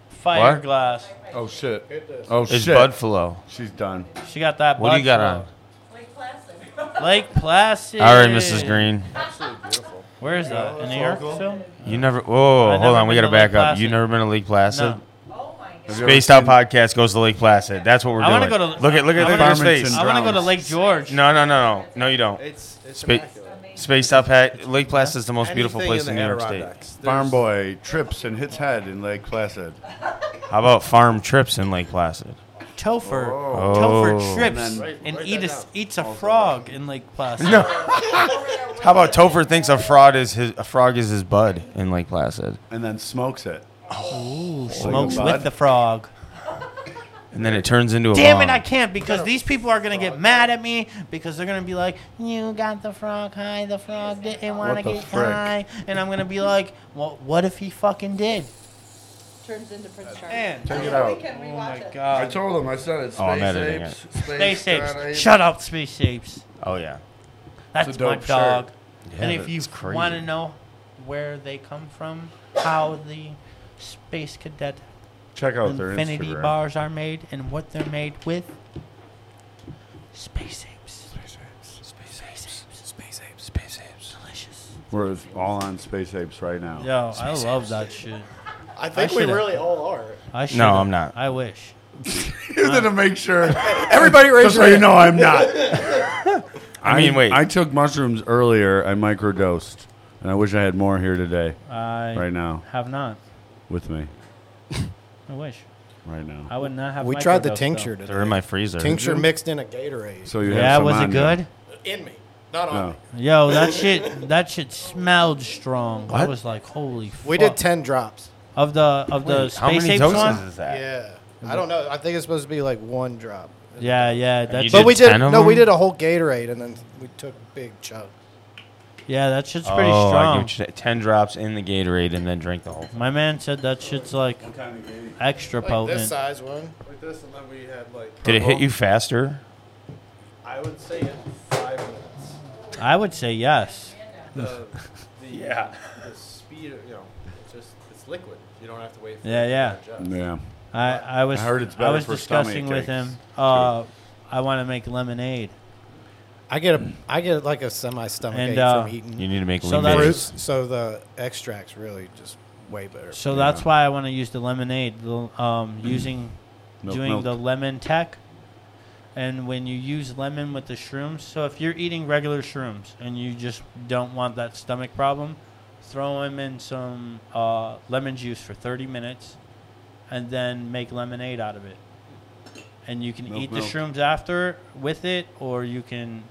Speaker 1: Fire
Speaker 4: What?
Speaker 1: glass.
Speaker 2: Oh shit. Oh
Speaker 4: It's
Speaker 2: shit.
Speaker 4: Budfalo.
Speaker 2: She's done.
Speaker 1: She got that.
Speaker 4: What do you got
Speaker 1: Buffalo.
Speaker 4: on?
Speaker 7: Like plastic.
Speaker 1: Lake Placid.
Speaker 4: All right, Mrs. Green.
Speaker 6: Absolutely beautiful.
Speaker 1: Where is that? In New York still?
Speaker 4: You never. Whoa,
Speaker 1: I've
Speaker 4: hold
Speaker 1: never
Speaker 4: on. We
Speaker 1: been
Speaker 4: gotta
Speaker 1: to Lake
Speaker 4: back up. You
Speaker 1: Placid.
Speaker 4: never been to Lake Placid?
Speaker 1: No.
Speaker 7: Oh my
Speaker 2: Have you ever
Speaker 4: Spaced Out
Speaker 2: seen-
Speaker 4: podcast goes to Lake Placid. That's what we're
Speaker 1: I
Speaker 4: doing.
Speaker 1: wanna go to-
Speaker 4: look at look
Speaker 1: I
Speaker 4: at
Speaker 1: wanna
Speaker 4: look
Speaker 2: go
Speaker 4: at
Speaker 2: to-
Speaker 4: his face.
Speaker 1: I want to go to
Speaker 2: Drowns.
Speaker 1: Lake George.
Speaker 4: No, no, no, no, no. You don't.
Speaker 6: It's it's
Speaker 4: Spa-
Speaker 6: immaculate.
Speaker 4: Spaced Out Pat. Lake Placid is the most beautiful
Speaker 6: Anything
Speaker 4: place in,
Speaker 6: the
Speaker 4: New York State.
Speaker 6: Adirondacks. There's-
Speaker 2: Farm boy trips and hits head in Lake Placid.
Speaker 4: How about farm trips in Lake Placid?
Speaker 1: Topher,
Speaker 2: Oh.
Speaker 4: Oh.
Speaker 1: Topher
Speaker 2: And
Speaker 1: trips and,
Speaker 2: then-
Speaker 6: Write
Speaker 1: eat
Speaker 6: that
Speaker 1: a,
Speaker 6: down.
Speaker 1: eats a frog in Lake Placid.
Speaker 4: How about Topher thinks a fraud is his a frog is his bud in Lake Placid,
Speaker 2: And then smokes it.
Speaker 1: Ooh, smokes
Speaker 2: bud.
Speaker 1: with the frog.
Speaker 4: and then it turns into a.
Speaker 1: Damn
Speaker 4: bomb.
Speaker 1: it, I can't because these people are gonna get mad at me because they're gonna be like, "You got the frog high, the frog didn't want to
Speaker 2: What the
Speaker 1: get
Speaker 2: frick?
Speaker 1: high," and I'm gonna be like, "Well, what if he fucking did?"
Speaker 7: Turns into Prince Charming.
Speaker 1: And
Speaker 2: Check it
Speaker 7: We
Speaker 2: out.
Speaker 7: can
Speaker 1: oh my
Speaker 7: rewatch it.
Speaker 2: I
Speaker 1: god,
Speaker 2: told him. I said it's
Speaker 4: Oh, I'm
Speaker 2: space
Speaker 4: editing
Speaker 2: apes.
Speaker 1: space
Speaker 2: giant
Speaker 1: shapes.
Speaker 2: apes.
Speaker 1: Shut up, space shapes.
Speaker 4: Oh yeah.
Speaker 1: That's my
Speaker 2: dope shirt.
Speaker 1: dog.
Speaker 4: Yeah,
Speaker 1: and if you
Speaker 4: that's crazy.
Speaker 1: want to know where they come from, how the space cadet
Speaker 2: Check out their
Speaker 1: infinity
Speaker 2: Instagram.
Speaker 1: bars are made, and what they're made with, space apes. Space apes. Space apes. Space apes. Delicious.
Speaker 2: We're all on space apes right now.
Speaker 1: Yo, I love that shit.
Speaker 3: I think we
Speaker 1: should've-
Speaker 3: really all are.
Speaker 1: I should.
Speaker 4: I'm not.
Speaker 1: I wish.
Speaker 2: You're gonna make sure.
Speaker 3: Everybody raise
Speaker 2: Just so
Speaker 3: your
Speaker 2: you
Speaker 3: hand.
Speaker 2: know, I'm not.
Speaker 4: I mean, wait.
Speaker 2: I took mushrooms earlier. I microdosed, and I wish I had more here today,
Speaker 1: I
Speaker 2: right now,
Speaker 1: have not.
Speaker 2: with me,
Speaker 1: I wish.
Speaker 2: right now.
Speaker 1: I would not have.
Speaker 3: We tried
Speaker 1: microdosed,
Speaker 3: the
Speaker 1: though.
Speaker 3: tincture today.
Speaker 4: They're in my freezer.
Speaker 3: Tincture mixed in a Gatorade.
Speaker 2: So you have
Speaker 1: Yeah,
Speaker 2: some
Speaker 1: was
Speaker 2: on
Speaker 1: it good?
Speaker 2: you.
Speaker 3: in me, not on
Speaker 2: No.
Speaker 3: me.
Speaker 1: Yo, that shit. That shit smelled strong. I
Speaker 4: What?
Speaker 1: was like, holy. Fuck.
Speaker 3: We did ten drops.
Speaker 1: of the of the
Speaker 4: How
Speaker 1: space
Speaker 4: many
Speaker 1: apes
Speaker 4: doses
Speaker 1: one.
Speaker 4: is that?
Speaker 3: Yeah, I don't know. I think it's supposed to be like one drop.
Speaker 1: Yeah, yeah.
Speaker 4: you
Speaker 1: That's
Speaker 3: But
Speaker 4: did
Speaker 3: we did
Speaker 4: 10 of
Speaker 3: no, we
Speaker 4: them?
Speaker 3: did a whole Gatorade and then we took big chug.
Speaker 1: yeah. That shit's pretty
Speaker 4: oh, I
Speaker 1: strong.
Speaker 4: give you- ten drops in the Gatorade and then drink the whole.
Speaker 1: My man said that shit's like extra potent.
Speaker 3: this size one.
Speaker 6: Like this, and then we had like.
Speaker 4: Did it hit
Speaker 6: purple.
Speaker 4: you faster?
Speaker 6: I would say in five minutes.
Speaker 1: I would say yes.
Speaker 6: The, the yeah. The speed, of, you know, it's just it's liquid. You don't have to wait. for
Speaker 1: Yeah,
Speaker 6: it to
Speaker 1: yeah.
Speaker 6: digest.
Speaker 2: Yeah.
Speaker 1: I I was
Speaker 2: I heard it's
Speaker 1: I
Speaker 2: better
Speaker 1: was
Speaker 2: for stomach
Speaker 1: discussing with
Speaker 2: aches,
Speaker 1: him. Uh, I want to make lemonade.
Speaker 3: I get a I get like a semi stomach
Speaker 1: And,
Speaker 3: ache
Speaker 1: uh,
Speaker 3: from eating
Speaker 4: You need to make
Speaker 1: So
Speaker 4: lemonade.
Speaker 1: that's-
Speaker 3: fruits. So the extracts really just way better.
Speaker 1: So that's why I want to use the lemonade. the, Um, using
Speaker 2: Mm. Milk,
Speaker 1: doing
Speaker 2: milk.
Speaker 1: the lemon tech. And when you use lemon with the shrooms, so if you're eating regular shrooms and you just don't want that stomach problem, throw them in some uh, lemon juice for 30 minutes and then make lemonade out of it. And you can
Speaker 2: Milk,
Speaker 1: eat
Speaker 2: milk.
Speaker 1: the shrooms after with it, or you can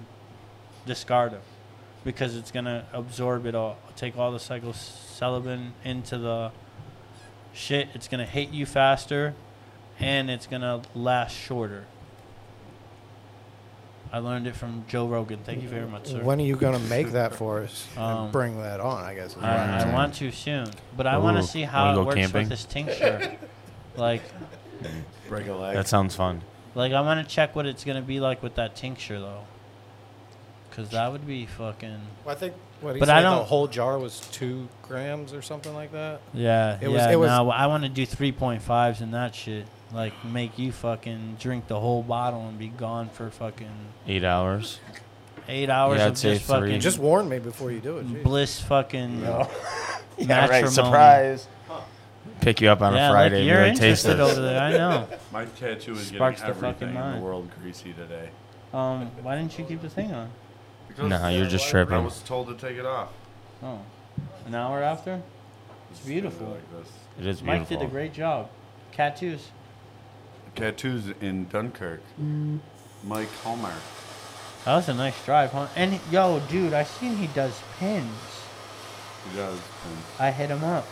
Speaker 1: discard them because it's going to absorb it all, take all the psilocybin into the shit. It's going to hit you faster and it's gonna last shorter. I learned it from Joe Rogan. Thank you very much, sir.
Speaker 3: When are you gonna make that for us
Speaker 1: Um,
Speaker 3: and bring that on? I guess. is what I'm
Speaker 1: I, I
Speaker 3: saying.
Speaker 1: want to soon, but I want
Speaker 4: Ooh,
Speaker 1: to see how
Speaker 4: wanna
Speaker 1: it
Speaker 4: go
Speaker 1: works
Speaker 4: camping?
Speaker 1: with this tincture. like,
Speaker 2: Break a leg.
Speaker 4: that sounds fun.
Speaker 1: like I want to check what it's gonna be like with that tincture though, because that would be fucking.
Speaker 3: Well, I think. What, he
Speaker 1: But
Speaker 3: said
Speaker 1: I
Speaker 3: The
Speaker 1: don't-
Speaker 3: whole jar was two grams or something like that.
Speaker 1: Yeah,
Speaker 3: It was-
Speaker 1: yeah.
Speaker 3: it was-
Speaker 1: no, I want to do three point fives and that shit. Like, make you fucking drink the whole bottle and be gone for fucking
Speaker 4: Eight hours.
Speaker 1: eight hours
Speaker 4: Yeah, I'd
Speaker 1: of
Speaker 4: say
Speaker 1: just
Speaker 4: three.
Speaker 1: fucking
Speaker 3: Just warn me before you do it. jeez.
Speaker 1: bliss fucking.
Speaker 4: Yeah, right.
Speaker 1: matrimony.
Speaker 4: Surprise. Pick you up on a Friday.
Speaker 1: Like
Speaker 4: and
Speaker 1: you're
Speaker 4: really taste
Speaker 1: interested
Speaker 4: this.
Speaker 1: over there. I know.
Speaker 2: My tattoo is
Speaker 1: Sparks the
Speaker 2: getting
Speaker 1: fucking
Speaker 2: everything in the
Speaker 1: mind.
Speaker 2: world greasy today.
Speaker 1: Um, why didn't you keep the thing on?
Speaker 4: No, you're just
Speaker 2: uh, I
Speaker 4: tripping.
Speaker 2: was told to take it off.
Speaker 1: Oh, an hour after. It's beautiful.
Speaker 2: Like this.
Speaker 4: It is beautiful.
Speaker 1: Mike did a great job. Tattoos.
Speaker 2: Tattoos in Dunkirk.
Speaker 1: Mm.
Speaker 2: Mike Hallmark.
Speaker 1: That was a nice drive, huh? And yo, dude, I seen he does pins.
Speaker 2: He does. and-
Speaker 1: I hit him up.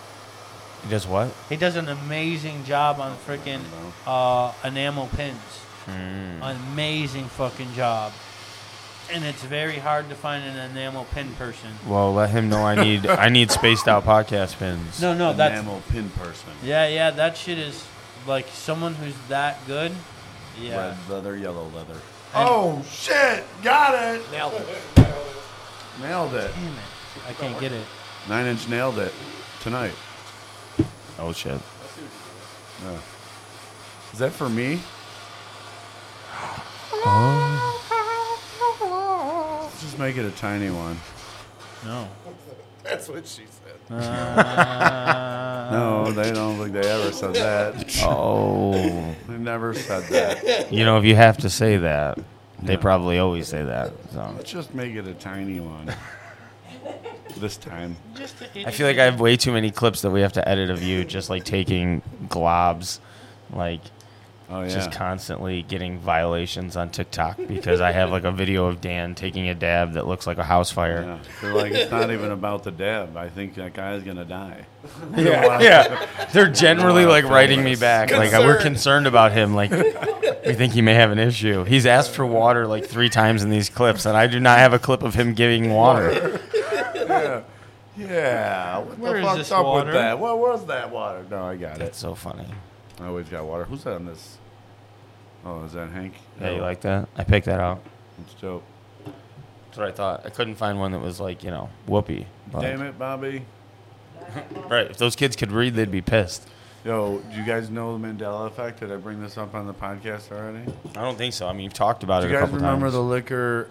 Speaker 4: He does what?
Speaker 1: He does an amazing job on freaking uh, enamel pins.
Speaker 4: Hmm.
Speaker 1: Amazing fucking job. And it's very hard to find an enamel pin person.
Speaker 4: Well, let him know I need I need spaced out podcast pins.
Speaker 1: No, no, that's
Speaker 2: enamel pin person.
Speaker 1: Yeah, yeah, that shit is like someone who's that good. Yeah.
Speaker 2: Red leather, yellow leather. Oh shit! Got it. Nailed it. Nailed it.
Speaker 1: Damn it. I can't get it.
Speaker 2: Nine Inch nailed it tonight.
Speaker 4: Oh shit.
Speaker 2: Is that for me? Just make it a tiny one.
Speaker 1: No.
Speaker 6: That's what she said.
Speaker 1: Uh,
Speaker 2: No, they don't think they ever said that.
Speaker 4: Oh.
Speaker 2: They never said that.
Speaker 4: You know, if you have to say that, they probably always say that. So.
Speaker 2: Let's just make it a tiny one. This time.
Speaker 1: Just
Speaker 4: I feel like I have way too many clips that we have to edit of you just like taking globs, like
Speaker 2: Oh yeah.
Speaker 4: just constantly getting violations on TikTok because I have like a video of Dan taking a dab that looks like a house fire.
Speaker 2: yeah. They're like it's not even about the dab. I think that guy's gonna die.
Speaker 4: Yeah. They're generally like writing me back. Like we're concerned about him. Like we think he may have an issue. He's asked for water like three times in these clips, and I do not have a clip of him giving water.
Speaker 2: Yeah. What
Speaker 1: Where
Speaker 2: the
Speaker 1: is
Speaker 2: fuck's
Speaker 1: this
Speaker 2: up
Speaker 1: water?
Speaker 2: with that? What was that water? No, I got
Speaker 4: That's
Speaker 2: it.
Speaker 4: so funny.
Speaker 2: I always got water. Who's that on this? Oh, is that Hank?
Speaker 4: Yeah, you like that? I picked that out.
Speaker 2: It's dope.
Speaker 4: That's what I thought. I couldn't find one that was like, you know, whoopee. Like-
Speaker 2: Damn it, Bobby.
Speaker 4: Right. If those kids could read, they'd be pissed.
Speaker 2: Yo, do you guys know the Mandela effect? Did I bring this up on the podcast already?
Speaker 4: I don't think so. I mean, you've talked about
Speaker 2: Do
Speaker 4: it
Speaker 2: you
Speaker 4: a
Speaker 2: guys
Speaker 4: couple
Speaker 2: remember
Speaker 4: times.
Speaker 2: the liquor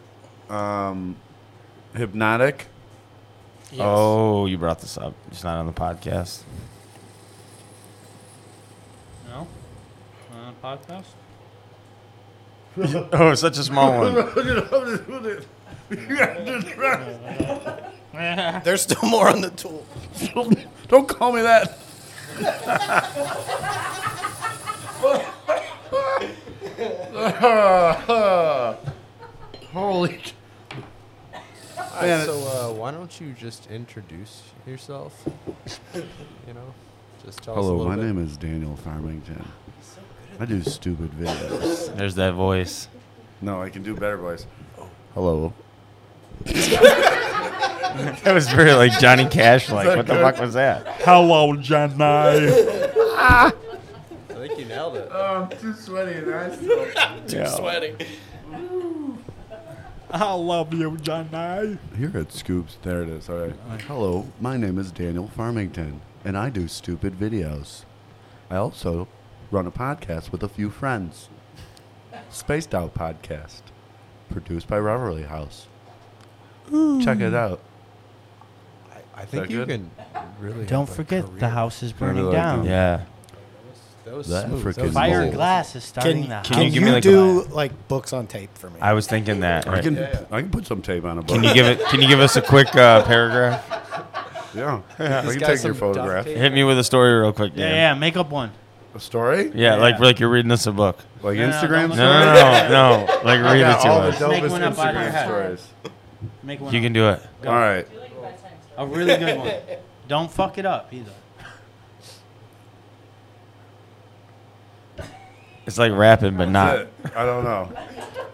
Speaker 2: um, hypnotic?
Speaker 3: Yes.
Speaker 4: Oh, you brought this up. It's not on the podcast.
Speaker 1: No? Uh, podcast?
Speaker 4: oh, such a small one.
Speaker 3: There's still more on the tool.
Speaker 2: Don't call me that. Holy c- Man,
Speaker 6: so uh, why don't you just introduce yourself? you know, just tell us a
Speaker 2: Hello,
Speaker 6: little
Speaker 2: my
Speaker 6: bit.
Speaker 2: name is Daniel Farmington. I do stupid videos.
Speaker 4: There's that voice.
Speaker 2: No, I can do better voice. Hello.
Speaker 4: That was very like Johnny Cash. Like, what the fuck was that?
Speaker 1: Hello, Jenny.
Speaker 6: I think you nailed it.
Speaker 2: Oh, I'm too sweaty and I
Speaker 3: Sweating.
Speaker 1: I love you, Jenny.
Speaker 2: Here at Scoops, there it is. All right. Hello, my name is Daniel Farmington, and I do stupid videos. I also run a podcast with a few friends. Spaced Out Podcast, produced by Reverly House. Check it out.
Speaker 6: I think
Speaker 2: that
Speaker 6: you
Speaker 2: good?
Speaker 6: can really.
Speaker 1: Don't
Speaker 6: have a
Speaker 1: forget
Speaker 6: career.
Speaker 1: the house is burning
Speaker 2: Another
Speaker 1: down.
Speaker 2: idea.
Speaker 4: Yeah.
Speaker 6: That was
Speaker 2: That
Speaker 6: smooth.
Speaker 2: freaking
Speaker 1: Fire
Speaker 2: Mold.
Speaker 1: glass is starting
Speaker 3: Can,
Speaker 1: the
Speaker 3: can
Speaker 1: house.
Speaker 3: you,
Speaker 4: give me, like, a
Speaker 3: do like books on tape for me?
Speaker 4: I was thinking that.
Speaker 2: I
Speaker 4: right?
Speaker 2: can,
Speaker 4: Can
Speaker 2: I can put some tape on a book.
Speaker 4: you give it? Can you give us a quick uh, paragraph?
Speaker 2: yeah. I
Speaker 6: This
Speaker 2: can
Speaker 6: guy
Speaker 2: take
Speaker 6: some
Speaker 2: your
Speaker 6: duct
Speaker 2: photograph.
Speaker 6: tape.
Speaker 4: Hit me with a story real quick,
Speaker 1: yeah,
Speaker 4: Dan.
Speaker 1: yeah, make up one.
Speaker 2: A story?
Speaker 4: Yeah, like
Speaker 1: Yeah.
Speaker 4: like you're reading us a book.
Speaker 2: Like
Speaker 1: No, no,
Speaker 2: Instagram
Speaker 1: don't
Speaker 4: No,
Speaker 1: look
Speaker 2: story?
Speaker 4: no, no, no. no. Like
Speaker 2: I
Speaker 4: read it
Speaker 2: got
Speaker 4: to
Speaker 2: all the
Speaker 4: us.
Speaker 1: Make
Speaker 2: dopest
Speaker 1: one up out of your
Speaker 2: Instagram
Speaker 1: head.
Speaker 2: stories.
Speaker 1: Make one.
Speaker 4: You
Speaker 1: up.
Speaker 4: can do it.
Speaker 2: All right.
Speaker 7: Do you like bedtime stories?
Speaker 1: a really good one. Don't fuck it up either.
Speaker 4: It's like rapping, but not.
Speaker 2: I don't know.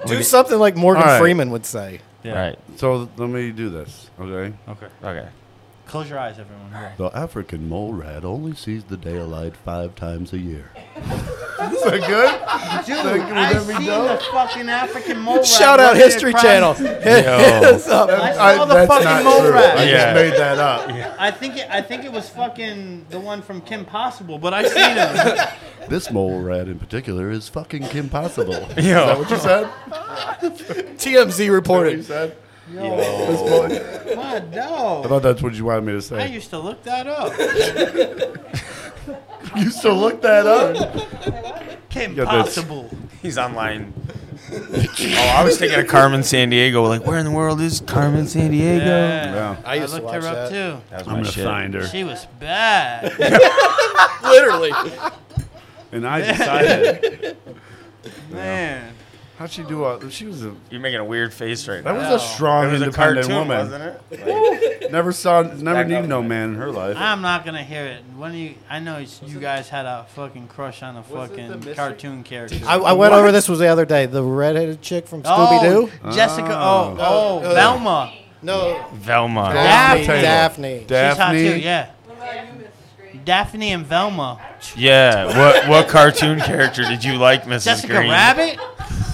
Speaker 3: do something like Morgan
Speaker 2: All right.
Speaker 3: Freeman would say.
Speaker 4: Right.
Speaker 2: So let me do this, okay?
Speaker 1: Okay.
Speaker 4: Okay.
Speaker 1: Close your eyes, everyone. Here.
Speaker 2: The African mole rat only sees the daylight five times a year. Is that good?
Speaker 1: Dude,
Speaker 2: Like, would I
Speaker 1: I
Speaker 2: that be
Speaker 1: seen
Speaker 2: seen dope?
Speaker 1: the fucking African mole
Speaker 3: Shout out History Channel.
Speaker 1: I saw the
Speaker 2: that's
Speaker 1: fucking
Speaker 2: not
Speaker 1: mole
Speaker 2: true.
Speaker 1: rat.
Speaker 2: I
Speaker 4: Yeah.
Speaker 2: just made that up.
Speaker 1: I think it, I think it was fucking the one from Kim Possible, but I seen him.
Speaker 2: This mole rat in particular is fucking Kim Possible. Is
Speaker 4: Yo.
Speaker 2: that what you said?
Speaker 3: TMZ
Speaker 2: What you
Speaker 3: reported.
Speaker 2: said? This mole-
Speaker 1: My
Speaker 2: I
Speaker 1: dog.
Speaker 2: thought that's what you wanted me to
Speaker 1: I
Speaker 2: say.
Speaker 1: used to look that up.
Speaker 2: You used to look that up?
Speaker 1: Kim
Speaker 2: Yeah, that's-
Speaker 1: Possible.
Speaker 4: He's online. oh, I was thinking of Carmen San Diego. Like, where in the world is Carmen San Diego?
Speaker 1: Yeah.
Speaker 2: Yeah.
Speaker 1: I, looked her up too.
Speaker 2: I'm
Speaker 4: That was my
Speaker 2: gonna
Speaker 4: Oh, shit.
Speaker 2: find her.
Speaker 1: She was bad.
Speaker 3: Literally.
Speaker 2: And I decided.
Speaker 1: Man.
Speaker 2: How'd she do all She was a.
Speaker 4: You're making a weird face right
Speaker 2: That
Speaker 4: now.
Speaker 2: was a strong,
Speaker 4: it was a
Speaker 2: independent
Speaker 4: cartoon,
Speaker 2: woman.
Speaker 4: wasn't it?
Speaker 2: Never saw, never
Speaker 4: Back
Speaker 2: knew
Speaker 4: up.
Speaker 2: no man in her life.
Speaker 1: I'm not gonna hear it. When you, I know it's- you guys had a fucking crush on a
Speaker 6: it the
Speaker 1: fucking
Speaker 6: mystery-
Speaker 1: cartoon character.
Speaker 3: I, I went over this was the other day. The redheaded chick from Scooby
Speaker 1: oh,
Speaker 3: Doo.
Speaker 1: Jessica. Oh, oh,
Speaker 3: Uh,
Speaker 1: Velma.
Speaker 3: No,
Speaker 4: Velma.
Speaker 1: Daphne.
Speaker 3: Daphne.
Speaker 1: She's hot
Speaker 2: Daphne.
Speaker 1: too. Yeah.
Speaker 7: What about you, Mrs. Green?
Speaker 1: Daphne and Velma.
Speaker 4: Yeah. What what cartoon character did you like, Mrs.
Speaker 1: Jessica
Speaker 4: Green?
Speaker 1: Rabbit.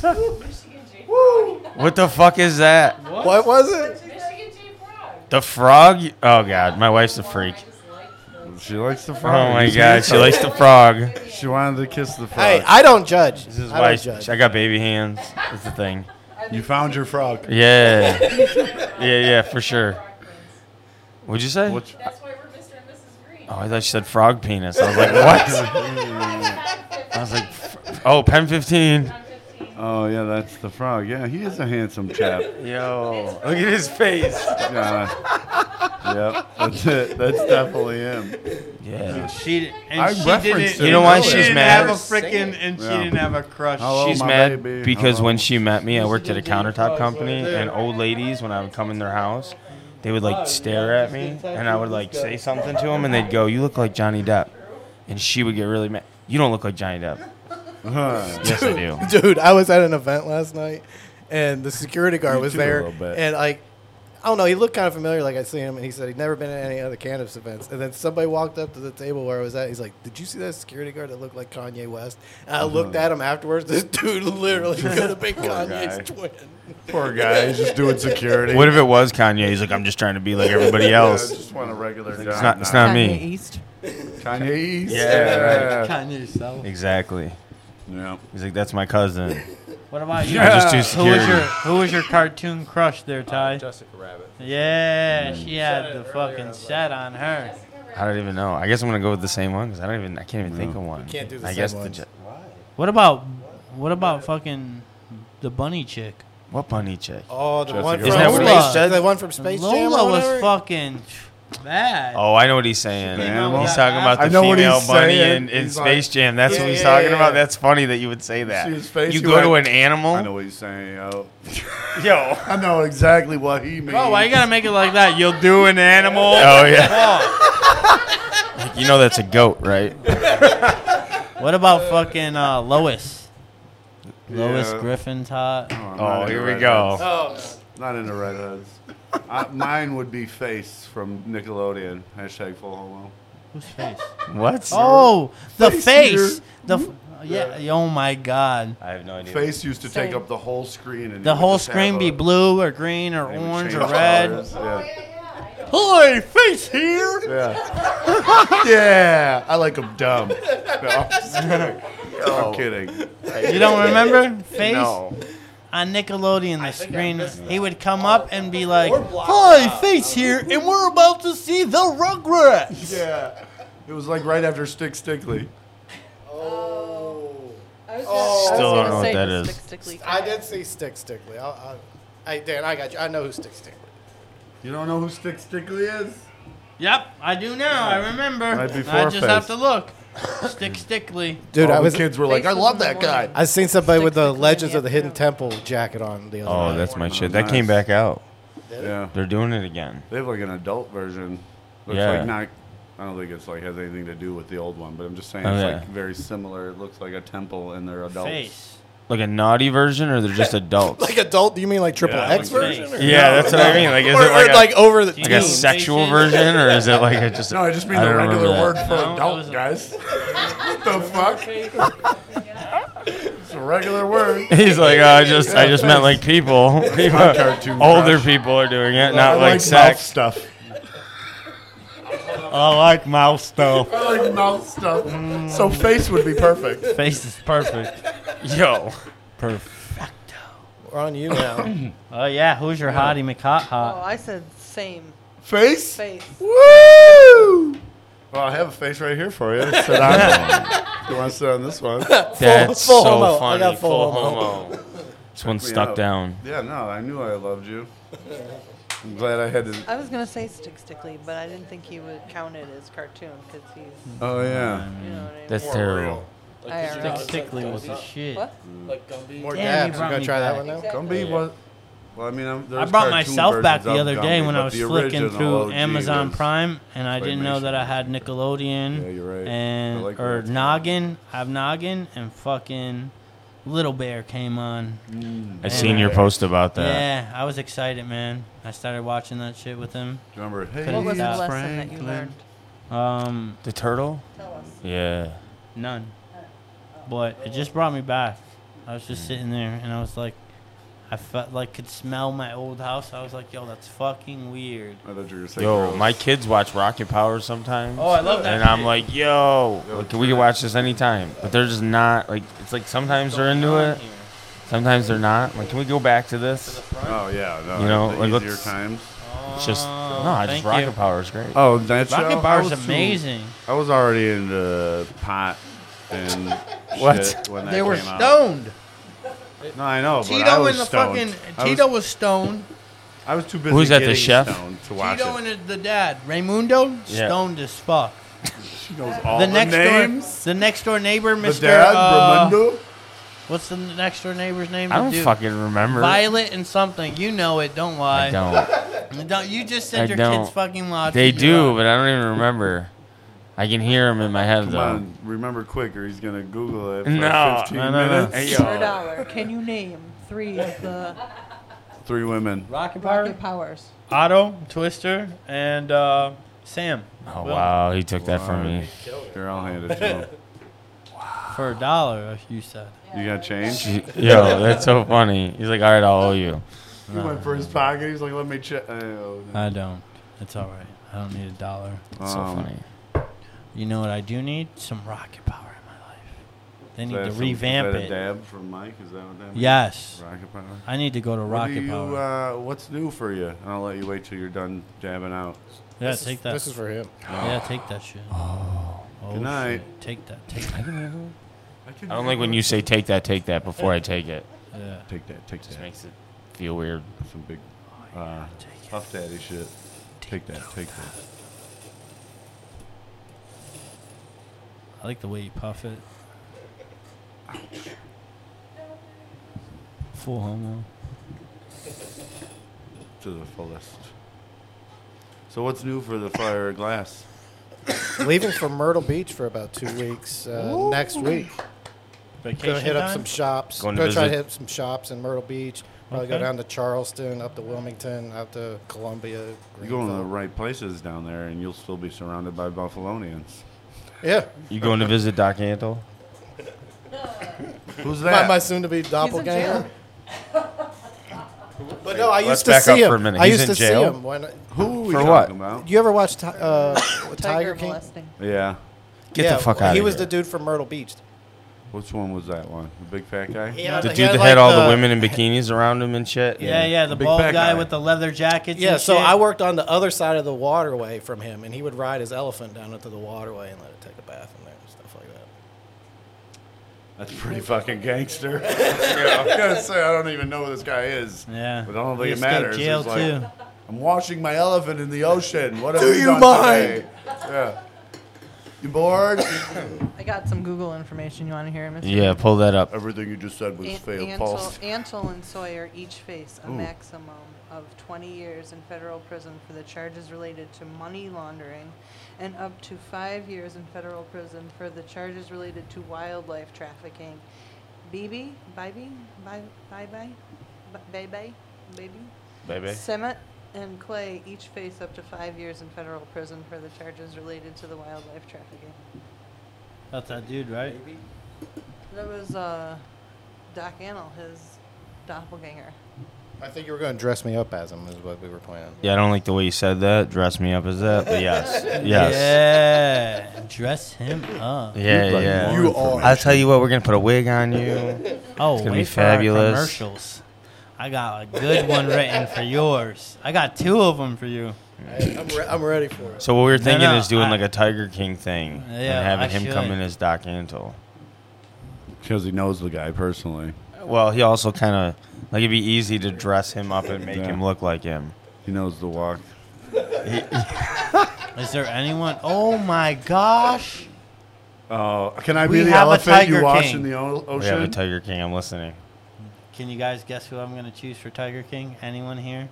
Speaker 7: Michigan J.
Speaker 4: What the fuck is that?
Speaker 3: What was it?
Speaker 7: Michigan J. Frog.
Speaker 4: The frog? Oh god, my wife's a freak.
Speaker 7: I just like the
Speaker 2: She likes the frog.
Speaker 4: Oh my god, she likes the frog.
Speaker 2: She wanted to kiss the frog.
Speaker 3: Hey, I don't judge.
Speaker 4: This is
Speaker 3: I
Speaker 4: why
Speaker 3: don't
Speaker 4: she-
Speaker 3: judge.
Speaker 4: I got baby hands. That's the thing.
Speaker 2: you found your frog.
Speaker 4: Yeah. Yeah, yeah, for sure. What'd you say?
Speaker 2: Which
Speaker 7: That's why we're Mr. and Mrs. Green.
Speaker 4: Oh, I thought you said frog penis. I was like, what? I was like, f- oh, pen 15.
Speaker 7: I'm 15.
Speaker 2: Oh yeah, that's the frog. Yeah, he is a handsome chap.
Speaker 4: Yo, look at his face.
Speaker 2: Yeah. yep, that's it. That's definitely him.
Speaker 4: Yeah.
Speaker 1: She and
Speaker 2: I
Speaker 1: she
Speaker 2: referenced
Speaker 1: didn't.
Speaker 2: it
Speaker 4: You know why
Speaker 1: she
Speaker 4: she's
Speaker 1: didn't
Speaker 4: mad?
Speaker 1: Have a freaking and she
Speaker 2: Yeah.
Speaker 1: didn't have a crush.
Speaker 2: Hello,
Speaker 4: She's
Speaker 2: Oh, my
Speaker 4: mad
Speaker 2: baby.
Speaker 4: because
Speaker 2: Hello.
Speaker 4: when she met me, I worked at a
Speaker 1: Used to do drugs
Speaker 4: countertop
Speaker 1: right
Speaker 4: company,
Speaker 1: there.
Speaker 4: and old ladies, when I would come in their house, they would like stare at me, and I would like say something to them, and they'd go, "You look like Johnny Depp," and she would get really mad. You don't look like Johnny Depp.
Speaker 2: Huh.
Speaker 4: Yes, I do.
Speaker 3: Dude, I was at an event last night, and the security guard
Speaker 2: You
Speaker 3: was
Speaker 2: too, a
Speaker 3: there,
Speaker 2: little bit.
Speaker 3: and like, I don't know, he looked kind of familiar, like I seen him, and he said he'd never been at any other cannabis events. And then somebody walked up to the table where I was at. He's like, "Did you see that security guard that looked like Kanye West?" And I looked at him afterwards. This dude literally could have been Kanye's
Speaker 2: Uh-huh. guy.
Speaker 3: twin.
Speaker 2: Poor guy, he's just doing security.
Speaker 4: What if it was Kanye? He's like, "I'm just trying to be like everybody
Speaker 2: Yeah, I
Speaker 4: else."
Speaker 2: just want a regular job.
Speaker 4: It's not. It's not me.
Speaker 8: East.
Speaker 2: Kanye East.
Speaker 4: Yeah.
Speaker 2: Yeah.
Speaker 1: Kanye self.
Speaker 4: Exactly.
Speaker 2: Yeah.
Speaker 4: He's like, "That's my cousin."
Speaker 1: What about you?
Speaker 4: I just do
Speaker 1: Who was your
Speaker 4: security.
Speaker 1: Who was your cartoon crush there, Ty?
Speaker 6: Jessica Rabbit.
Speaker 1: yeah,
Speaker 4: Mm.
Speaker 1: she
Speaker 6: Said
Speaker 1: had
Speaker 6: it
Speaker 1: the
Speaker 6: earlier, I
Speaker 1: fucking
Speaker 6: was like-
Speaker 1: set on her.
Speaker 4: I don't even know. I guess I'm gonna go with the same one because I don't even. I can't even think of one.
Speaker 3: can't do the
Speaker 4: I
Speaker 3: same
Speaker 4: guess
Speaker 3: ones.
Speaker 4: The, Je-
Speaker 1: What about What about fucking the bunny chick?
Speaker 4: what bunny chick?
Speaker 3: Oh, the
Speaker 2: Jessica
Speaker 3: one from
Speaker 4: Isn't that what
Speaker 1: Lola.
Speaker 3: Space, the one from Space
Speaker 1: Lola
Speaker 3: Jam. or whatever?
Speaker 1: was fucking bad.
Speaker 4: Oh, I know what he's saying.
Speaker 1: She
Speaker 4: He's
Speaker 1: came out with that
Speaker 4: talking about
Speaker 1: ass-
Speaker 4: the
Speaker 2: I know what
Speaker 4: female
Speaker 2: he's
Speaker 4: bunny
Speaker 2: saying.
Speaker 4: in, in
Speaker 2: He's
Speaker 4: Space
Speaker 2: like-
Speaker 4: Jam. That's
Speaker 3: Yeah,
Speaker 4: what he's
Speaker 3: yeah,
Speaker 4: talking
Speaker 3: yeah,
Speaker 4: about.
Speaker 3: yeah.
Speaker 4: That's funny that you would say that.
Speaker 2: See his face?
Speaker 4: You
Speaker 2: He
Speaker 4: go to
Speaker 2: went-
Speaker 4: an animal.
Speaker 2: I know what he's saying. Yo.
Speaker 4: Yo.
Speaker 2: I know exactly what he means.
Speaker 1: Bro, why you gotta make it like that? You'll do an animal.
Speaker 4: Oh yeah. Like, you know that's a goat, right?
Speaker 1: What about fucking uh, Lois? Lois
Speaker 2: Yeah.
Speaker 1: Griffin's hot.
Speaker 2: I'm
Speaker 4: Oh,
Speaker 2: not
Speaker 4: here
Speaker 2: into
Speaker 4: we go.
Speaker 3: Oh,
Speaker 2: Not into redheads. I, mine would be Face from Nickelodeon. Hashtag full homo.
Speaker 1: Whose face?
Speaker 4: What?
Speaker 1: Oh, the
Speaker 2: Face
Speaker 1: face.
Speaker 2: here.
Speaker 1: The f- yeah. Oh my god.
Speaker 4: I have no idea.
Speaker 2: Face used to take up the whole screen. And
Speaker 1: The whole screen be blue or green or orange or red.
Speaker 2: Yeah.
Speaker 1: Hey, face here.
Speaker 2: Yeah. yeah. I like them dumb. No, I'm just kidding. I'm kidding.
Speaker 1: You don't remember face
Speaker 2: No.
Speaker 1: on Nickelodeon? The screen. He would come up and be like, "Hi, face here," and we're about to see the Rugrats.
Speaker 2: Yeah. It was like right after Stick Stickly.
Speaker 5: I was gonna-
Speaker 4: Still
Speaker 5: I was
Speaker 4: don't know
Speaker 5: gonna
Speaker 4: what
Speaker 5: say
Speaker 4: that
Speaker 5: the
Speaker 4: is.
Speaker 5: Stick, stick, leak.
Speaker 3: I did see Stick Stickly. I, I, I, Dan, I got you. I know who Stick Stickly. is.
Speaker 2: You don't know who Stick Stickly is?
Speaker 1: Yep, I do now. I remember.
Speaker 2: Right
Speaker 1: I
Speaker 2: before
Speaker 1: just
Speaker 2: Face.
Speaker 1: have to look. Stick, stickly.
Speaker 3: Dude,
Speaker 2: All
Speaker 3: I
Speaker 2: the
Speaker 3: was
Speaker 2: kids were like,
Speaker 5: Face
Speaker 2: I
Speaker 5: was
Speaker 2: love
Speaker 5: in the
Speaker 2: that guy.
Speaker 5: morning.
Speaker 3: I seen somebody with the
Speaker 5: Sticks in
Speaker 3: Legends
Speaker 5: the
Speaker 3: of the Hidden
Speaker 5: afternoon.
Speaker 3: Temple jacket on the other
Speaker 4: Oh,
Speaker 3: night.
Speaker 4: that's my shit.
Speaker 2: Nice.
Speaker 4: That came back out.
Speaker 2: Yeah.
Speaker 4: They're doing it again.
Speaker 2: They have like an adult version. Looks
Speaker 4: Yeah.
Speaker 2: like not. I don't think it's like has anything to do with the old one, but I'm just saying it's
Speaker 4: Okay.
Speaker 2: like very similar. It looks like a temple, and they're adults.
Speaker 1: Face.
Speaker 4: Like a naughty version, or they're just adults?
Speaker 3: like adult. Do you mean like triple
Speaker 2: Yeah,
Speaker 3: X
Speaker 2: like
Speaker 3: version? Or,
Speaker 4: yeah, that's what I mean. Like, is
Speaker 3: or,
Speaker 4: it like,
Speaker 3: or
Speaker 4: a,
Speaker 3: like over the?
Speaker 4: like a
Speaker 1: Teen
Speaker 4: sexual
Speaker 1: Faces?
Speaker 4: version, or is it like a just?
Speaker 2: No, I just mean
Speaker 4: I
Speaker 2: the
Speaker 4: don't remember
Speaker 2: regular
Speaker 4: that.
Speaker 2: word for
Speaker 1: No, it
Speaker 2: adult,
Speaker 1: was a-
Speaker 2: guys. what the fuck? it's a regular word.
Speaker 4: He's like, oh, I just, I just meant like people. people
Speaker 2: cartoon
Speaker 4: older
Speaker 2: crush.
Speaker 4: people are doing it,
Speaker 2: I
Speaker 4: not like,
Speaker 2: mouth
Speaker 4: sex.
Speaker 2: stuff.
Speaker 1: I like mouth stuff.
Speaker 2: I like mouth stuff. So face would be perfect.
Speaker 1: Face is perfect.
Speaker 4: Yo,
Speaker 1: Perfect.
Speaker 3: We're on you now.
Speaker 1: Oh yeah, who's your hottie McHot
Speaker 5: Oh,
Speaker 1: hot?
Speaker 5: I said same
Speaker 2: Face.
Speaker 5: face.
Speaker 2: Woo! Well, I have a face right here for you. Sit on it. You want to sit on this one?
Speaker 4: that's
Speaker 3: full
Speaker 4: so
Speaker 3: homo. I
Speaker 4: funny.
Speaker 3: got
Speaker 4: full
Speaker 3: full homo.
Speaker 4: homo. This one's
Speaker 2: me
Speaker 4: stuck
Speaker 2: out.
Speaker 4: down.
Speaker 2: Yeah, no, I knew I loved you. I'm glad I had to.
Speaker 5: I was gonna say stick stickly, but I didn't think he would count it as cartoon because he's,
Speaker 2: Oh yeah.
Speaker 5: you know what I mean.
Speaker 4: That's terrible.
Speaker 5: I don't know.
Speaker 1: Stick stickly was the shit.
Speaker 5: What?
Speaker 6: Like Gumby.
Speaker 3: More
Speaker 1: Yeah, you
Speaker 3: dabs. You
Speaker 1: brought
Speaker 3: gonna
Speaker 1: me
Speaker 3: try
Speaker 1: back.
Speaker 3: that one now?
Speaker 2: Gumby was. Well, I mean, I'm,
Speaker 1: I
Speaker 2: there's
Speaker 1: brought
Speaker 2: cartoon
Speaker 1: myself back
Speaker 2: versions
Speaker 1: the
Speaker 2: of
Speaker 1: other day
Speaker 2: Gumby,
Speaker 1: when
Speaker 2: but
Speaker 1: I was
Speaker 2: the
Speaker 1: flicking
Speaker 2: original Oh, OG
Speaker 1: through Amazon
Speaker 2: was-
Speaker 1: Prime, and I didn't know
Speaker 2: Claymation.
Speaker 1: that I had Nickelodeon
Speaker 2: Yeah, you're right. I
Speaker 1: and
Speaker 2: like when
Speaker 1: or
Speaker 2: it's-
Speaker 1: Noggin. I have Noggin and fucking Little Bear came on.
Speaker 4: I seen your post about that.
Speaker 1: Yeah, I was excited, man. I started watching that shit with him.
Speaker 2: Do you remember? Hey,
Speaker 5: What was the
Speaker 1: Yeah.
Speaker 5: lesson that you
Speaker 2: Franklin.
Speaker 5: learned?
Speaker 1: Um,
Speaker 4: The turtle.
Speaker 7: Tell us.
Speaker 4: Yeah.
Speaker 1: None. But it just brought me back. I was
Speaker 2: Mm.
Speaker 1: just sitting there and I was like, I felt like could smell my old house. I was like, yo, that's fucking weird.
Speaker 2: I thought you were gonna say
Speaker 4: Yo,
Speaker 2: gross.
Speaker 4: my kids watch Rocket Power sometimes.
Speaker 1: Oh, I love that.
Speaker 4: And I'm like, yo,
Speaker 2: Yo,
Speaker 4: like, we can watch this anytime. But they're just not like. It's like sometimes they're into it, sometimes they're not. Like, can we go back to this?
Speaker 2: Oh yeah, no.
Speaker 4: You know,
Speaker 2: the
Speaker 4: like,
Speaker 2: easier
Speaker 4: let's-
Speaker 2: times.
Speaker 4: It's just No, I just
Speaker 1: thank
Speaker 4: Rocket
Speaker 1: you.
Speaker 4: Power is great.
Speaker 2: Oh, that show?
Speaker 1: Rocket
Speaker 2: I
Speaker 1: Power's
Speaker 2: was too-
Speaker 1: amazing.
Speaker 2: I was already into pot and
Speaker 4: What?
Speaker 2: shit when that
Speaker 1: They were
Speaker 2: came out.
Speaker 1: stoned.
Speaker 2: No, I know, but I
Speaker 1: Tito
Speaker 2: was
Speaker 1: and the
Speaker 2: stoned.
Speaker 1: fucking
Speaker 2: I
Speaker 1: Tito
Speaker 2: was,
Speaker 1: was stoned.
Speaker 2: I was too busy.
Speaker 4: Who's that, the
Speaker 2: getting
Speaker 4: chef?
Speaker 2: stoned to watch
Speaker 1: Tito
Speaker 2: it.
Speaker 1: and the dad, Raymundo,
Speaker 4: Yeah.
Speaker 1: stoned as fuck.
Speaker 2: She knows all
Speaker 1: the
Speaker 2: the,
Speaker 1: next
Speaker 2: names.
Speaker 1: door, the next door neighbor,
Speaker 2: The
Speaker 1: Mr.
Speaker 2: dad,
Speaker 1: uh,
Speaker 2: Raimundo.
Speaker 1: What's the next door neighbor's name?
Speaker 4: I
Speaker 1: The
Speaker 4: don't
Speaker 1: dude?
Speaker 4: fucking remember.
Speaker 1: Violet and something. You know it. Don't lie.
Speaker 4: I don't.
Speaker 1: Don't- You just
Speaker 4: I
Speaker 1: said your
Speaker 4: don't.
Speaker 1: kids fucking watch.
Speaker 4: They
Speaker 1: it,
Speaker 4: do,
Speaker 1: you know.
Speaker 4: but I don't even remember. I can hear them in my head
Speaker 2: Come
Speaker 4: though.
Speaker 2: on, remember quick, or he's gonna Google it for
Speaker 4: No,
Speaker 2: 15
Speaker 4: no, no, no.
Speaker 2: minutes.
Speaker 4: Hey,
Speaker 5: Per
Speaker 4: yo.
Speaker 5: dollar, can you name three of the
Speaker 2: Three women.
Speaker 1: Rocket Power,
Speaker 5: rocket powers?
Speaker 1: Otto, Twister, and uh, Sam.
Speaker 4: Oh
Speaker 1: Will.
Speaker 4: wow, he took that
Speaker 2: Wow.
Speaker 4: from me.
Speaker 2: They're all handed to him.
Speaker 1: For a dollar, you said.
Speaker 2: You got change?
Speaker 4: She- Yo, that's so funny. He's like, all right, I'll owe you.
Speaker 2: He went for his pocket. He's like, let me check. Oh,
Speaker 1: I don't. It's all right. I don't need a dollar.
Speaker 4: That's so
Speaker 2: Um,
Speaker 4: funny.
Speaker 1: You know what I do need? Some rocket power in my life. They
Speaker 2: is
Speaker 1: need
Speaker 2: that
Speaker 1: to
Speaker 2: some-
Speaker 1: revamp
Speaker 2: is that a
Speaker 1: it.
Speaker 2: dab from Mike? Is that what that means?
Speaker 1: Yes.
Speaker 2: Rocket power.
Speaker 1: I need to go to
Speaker 2: What do
Speaker 1: rocket
Speaker 2: you,
Speaker 1: power.
Speaker 2: Uh, what's new for you? And I'll let you wait till you're done dabbing out.
Speaker 1: yeah,
Speaker 3: this is-
Speaker 1: take that.
Speaker 3: This is for him.
Speaker 1: yeah, take that shit. Oh.
Speaker 2: Good night.
Speaker 1: shit. Take that. Take that.
Speaker 4: I don't like when you say take that, take that before I take it.
Speaker 1: Yeah.
Speaker 2: Take that. Take
Speaker 4: Just
Speaker 2: that.
Speaker 4: makes it feel weird.
Speaker 2: Some big uh, puff daddy shit. Take that. Take that.
Speaker 1: I like the way you puff it. Full homo.
Speaker 2: To the fullest. So what's new for the fire glass?
Speaker 3: Leaving for Myrtle Beach for about two weeks uh, next week.
Speaker 1: Vacation
Speaker 3: Go hit up
Speaker 1: time?
Speaker 3: some shops.
Speaker 4: Going to
Speaker 3: Go try to
Speaker 4: visit.
Speaker 3: hit some shops in Myrtle Beach. Probably go
Speaker 1: Okay.
Speaker 3: down to Charleston, up to Wilmington, out to Columbia.
Speaker 2: You're going to the
Speaker 3: Greenville.
Speaker 2: right places down there, and you'll still be surrounded by Buffalonians.
Speaker 3: Yeah,
Speaker 4: You going to visit Doc Antle?
Speaker 2: Who's
Speaker 3: my,
Speaker 2: that?
Speaker 3: my soon-to-be doppelganger. but no, I
Speaker 4: Let's
Speaker 3: used to
Speaker 4: back
Speaker 3: see
Speaker 4: up
Speaker 3: him.
Speaker 4: for a minute.
Speaker 3: I
Speaker 4: He's
Speaker 3: used
Speaker 4: in
Speaker 3: to
Speaker 4: jail?
Speaker 3: see him when.
Speaker 2: Who are we
Speaker 4: For
Speaker 2: talking
Speaker 4: what?
Speaker 2: about?
Speaker 3: You ever watch Ti- uh, Tiger,
Speaker 5: Tiger
Speaker 3: King?
Speaker 5: molesting.
Speaker 2: Yeah.
Speaker 4: Get
Speaker 3: yeah,
Speaker 4: the fuck
Speaker 3: well,
Speaker 4: out
Speaker 3: He
Speaker 4: of
Speaker 3: was
Speaker 4: here.
Speaker 3: the dude from Myrtle Beach.
Speaker 2: Which one was that one? The big fat guy?
Speaker 3: Yeah,
Speaker 4: The
Speaker 3: he
Speaker 4: dude that
Speaker 3: like,
Speaker 4: had all the women in bikinis around him and shit.
Speaker 1: Yeah, yeah, the
Speaker 2: Big
Speaker 1: bald guy,
Speaker 2: fat guy.
Speaker 1: with the leather jacket.
Speaker 3: Yeah,
Speaker 1: and
Speaker 3: so
Speaker 1: shit.
Speaker 3: I worked on the other side of the waterway from him, and he would ride his elephant down into the waterway and let it take a bath in there and stuff like that.
Speaker 2: That's pretty fucking gangster. yeah, I'm gonna say I don't even know who this guy is.
Speaker 1: Yeah.
Speaker 2: But I don't
Speaker 1: He
Speaker 2: think it
Speaker 1: escaped
Speaker 2: matters.
Speaker 1: jail,
Speaker 2: It's like,
Speaker 1: too.
Speaker 2: I'm washing my elephant in the ocean. What have
Speaker 3: Do
Speaker 2: you,
Speaker 3: you
Speaker 2: done
Speaker 3: mind?
Speaker 2: today? Yeah. You bored?
Speaker 5: I got some Google information you want to hear, Mr.
Speaker 4: Yeah, pull that up.
Speaker 2: Everything you just said was
Speaker 5: An-
Speaker 2: failed.
Speaker 5: Ansel,
Speaker 2: False.
Speaker 5: Ansel and Sawyer each face a maximum of 20 years in federal prison for the charges related to money laundering and up to five years in federal prison for the charges related to wildlife trafficking. Bibi? Bibi? Bi- Bye-bye? B- Bebe? Baby?
Speaker 4: Baby.
Speaker 5: Semet and Clay each face up to five years in federal prison for the charges related to the wildlife trafficking.
Speaker 1: That's that dude, right?
Speaker 5: That was uh, Doc Annell, his doppelganger.
Speaker 3: I think you were going to dress me up as him, is what we were planning.
Speaker 4: Yeah, I don't like the way you said that. Dress me up as that, but yes, yes,
Speaker 1: Yeah. Dress him up.
Speaker 4: yeah, yeah.
Speaker 2: You are.
Speaker 4: I'll tell you what, we're gonna put a wig on you.
Speaker 1: Oh,
Speaker 4: gonna be
Speaker 1: wait for our
Speaker 4: fabulous.
Speaker 1: commercials. I got a good one written for yours. I got two of them for you.
Speaker 3: I'm, re- I'm ready for it.
Speaker 4: So what we were thinking
Speaker 1: no,
Speaker 4: is doing
Speaker 1: I-
Speaker 4: like a Tiger King thing
Speaker 1: Yeah,
Speaker 4: and having
Speaker 1: I
Speaker 4: him come
Speaker 1: should.
Speaker 4: in as Doc Antle.
Speaker 2: Because he knows the guy personally.
Speaker 4: Well, he also kind of like it'd be easy to dress him up and make
Speaker 2: Yeah.
Speaker 4: him look like him.
Speaker 2: He knows the walk.
Speaker 1: Is there anyone? Oh my gosh.
Speaker 2: Oh, can I be
Speaker 1: We
Speaker 2: the
Speaker 1: have a
Speaker 2: elephant you
Speaker 1: Tiger
Speaker 2: wash
Speaker 1: King.
Speaker 2: in the o-
Speaker 1: Oh,
Speaker 4: We
Speaker 2: ocean?
Speaker 4: have a Tiger King. I'm listening.
Speaker 1: Can you guys guess who I'm going to choose for Tiger King? Anyone here?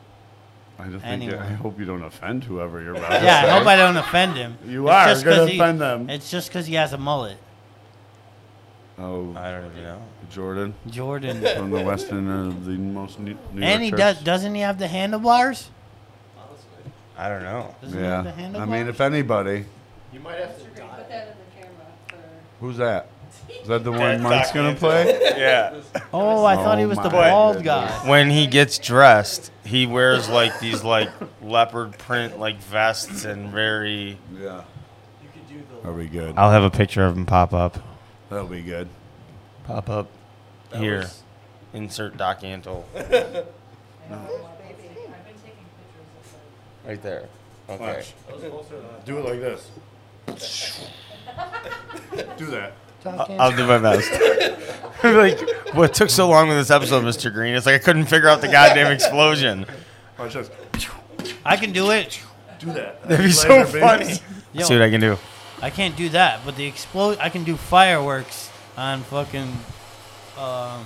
Speaker 2: I don't think.
Speaker 1: Anyway.
Speaker 2: I hope you don't offend whoever you're about. to
Speaker 1: Yeah,
Speaker 2: say.
Speaker 1: I hope I don't offend him.
Speaker 2: You
Speaker 1: It's
Speaker 2: are
Speaker 1: just
Speaker 2: gonna
Speaker 1: 'cause he-
Speaker 2: offend them.
Speaker 1: It's just because he has a mullet.
Speaker 2: Oh,
Speaker 4: I don't even know.
Speaker 2: Jordan
Speaker 1: Jordan.
Speaker 2: from the western of the most New, New
Speaker 1: and he
Speaker 2: York
Speaker 1: does,
Speaker 2: church.
Speaker 1: doesn't he have the handlebars?
Speaker 4: I don't know.
Speaker 1: Doesn't he have the
Speaker 2: Yeah. I
Speaker 1: handlebars?
Speaker 2: mean, if anybody,
Speaker 7: Put that in the camera for.
Speaker 2: who's that? Is that the one Mike's gonna play?
Speaker 4: Yeah.
Speaker 1: oh, I thought he
Speaker 2: Oh
Speaker 1: was the
Speaker 2: my
Speaker 1: bald
Speaker 2: goodness.
Speaker 1: guy.
Speaker 4: When he gets dressed, he wears like these like leopard print like vests and very.
Speaker 2: Yeah. That'll be good.
Speaker 4: I'll have a picture of him pop up.
Speaker 2: That'll be good.
Speaker 4: Pop up. Here. Insert Doc Antle.
Speaker 7: I've been taking pictures of
Speaker 4: Right there. Okay.
Speaker 2: Do it like this. Do that.
Speaker 4: I'll do my best. like, what took so long with this episode, Mr. Green? It's like I couldn't figure out the goddamn explosion.
Speaker 2: Or just
Speaker 1: I can do it.
Speaker 2: Oh, do that.
Speaker 4: That'd be so
Speaker 2: Laser beams.
Speaker 4: funny.
Speaker 1: Yo,
Speaker 4: See what I can do.
Speaker 1: I can't do that, but the explode. I can do fireworks on fucking. Um,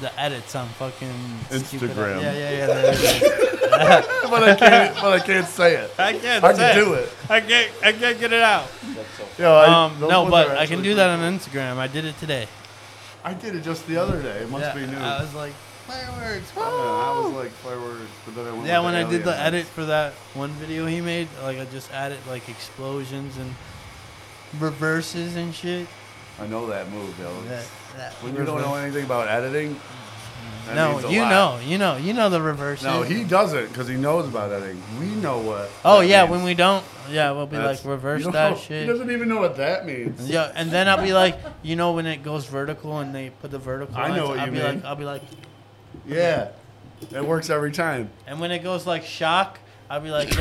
Speaker 1: the edits on fucking stupid-
Speaker 2: Instagram.
Speaker 1: Yeah, yeah, yeah. yeah, yeah.
Speaker 2: but I can't. But I can't say it.
Speaker 1: I can't.
Speaker 2: I
Speaker 1: say
Speaker 2: can do it.
Speaker 1: I can't. I can't get it out.
Speaker 2: Yo, I,
Speaker 1: Um,
Speaker 2: those
Speaker 1: no,
Speaker 2: ones
Speaker 1: but
Speaker 2: are
Speaker 1: I can
Speaker 2: actually
Speaker 1: do that on Instagram. I did it today.
Speaker 2: pretty- I did it just the other day. It must
Speaker 1: yeah,
Speaker 2: be new.
Speaker 1: I was like fireworks.
Speaker 2: I don't know, I
Speaker 1: woo!"
Speaker 2: was like fireworks, but then I went
Speaker 1: Yeah,
Speaker 2: with
Speaker 1: when
Speaker 2: the
Speaker 1: I did the
Speaker 2: alien.
Speaker 1: edit for that one video he made, like I just added like explosions and reverses and shit.
Speaker 2: I know that move, yo.
Speaker 1: That- that
Speaker 2: When you don't know anything about editing, that
Speaker 1: no,
Speaker 2: means a
Speaker 1: you
Speaker 2: lot.
Speaker 1: know, you know, you know the reverses.
Speaker 2: No, he doesn't because he knows about editing. We know what.
Speaker 1: Oh
Speaker 2: that
Speaker 1: yeah,
Speaker 2: means.
Speaker 1: when we don't, yeah, we'll be
Speaker 2: That's-
Speaker 1: like reverse
Speaker 2: you don't
Speaker 1: that
Speaker 2: know- He
Speaker 1: shit.
Speaker 2: doesn't even know what that means.
Speaker 1: Yeah, and then I'll be like, you know, when it goes vertical and they put the vertical.
Speaker 2: I know
Speaker 1: lines,
Speaker 2: what
Speaker 1: I'll
Speaker 2: you
Speaker 1: be
Speaker 2: mean.
Speaker 1: Like, I'll be like,
Speaker 2: Yeah, it works every time.
Speaker 1: and when it goes like shock, I'll be like,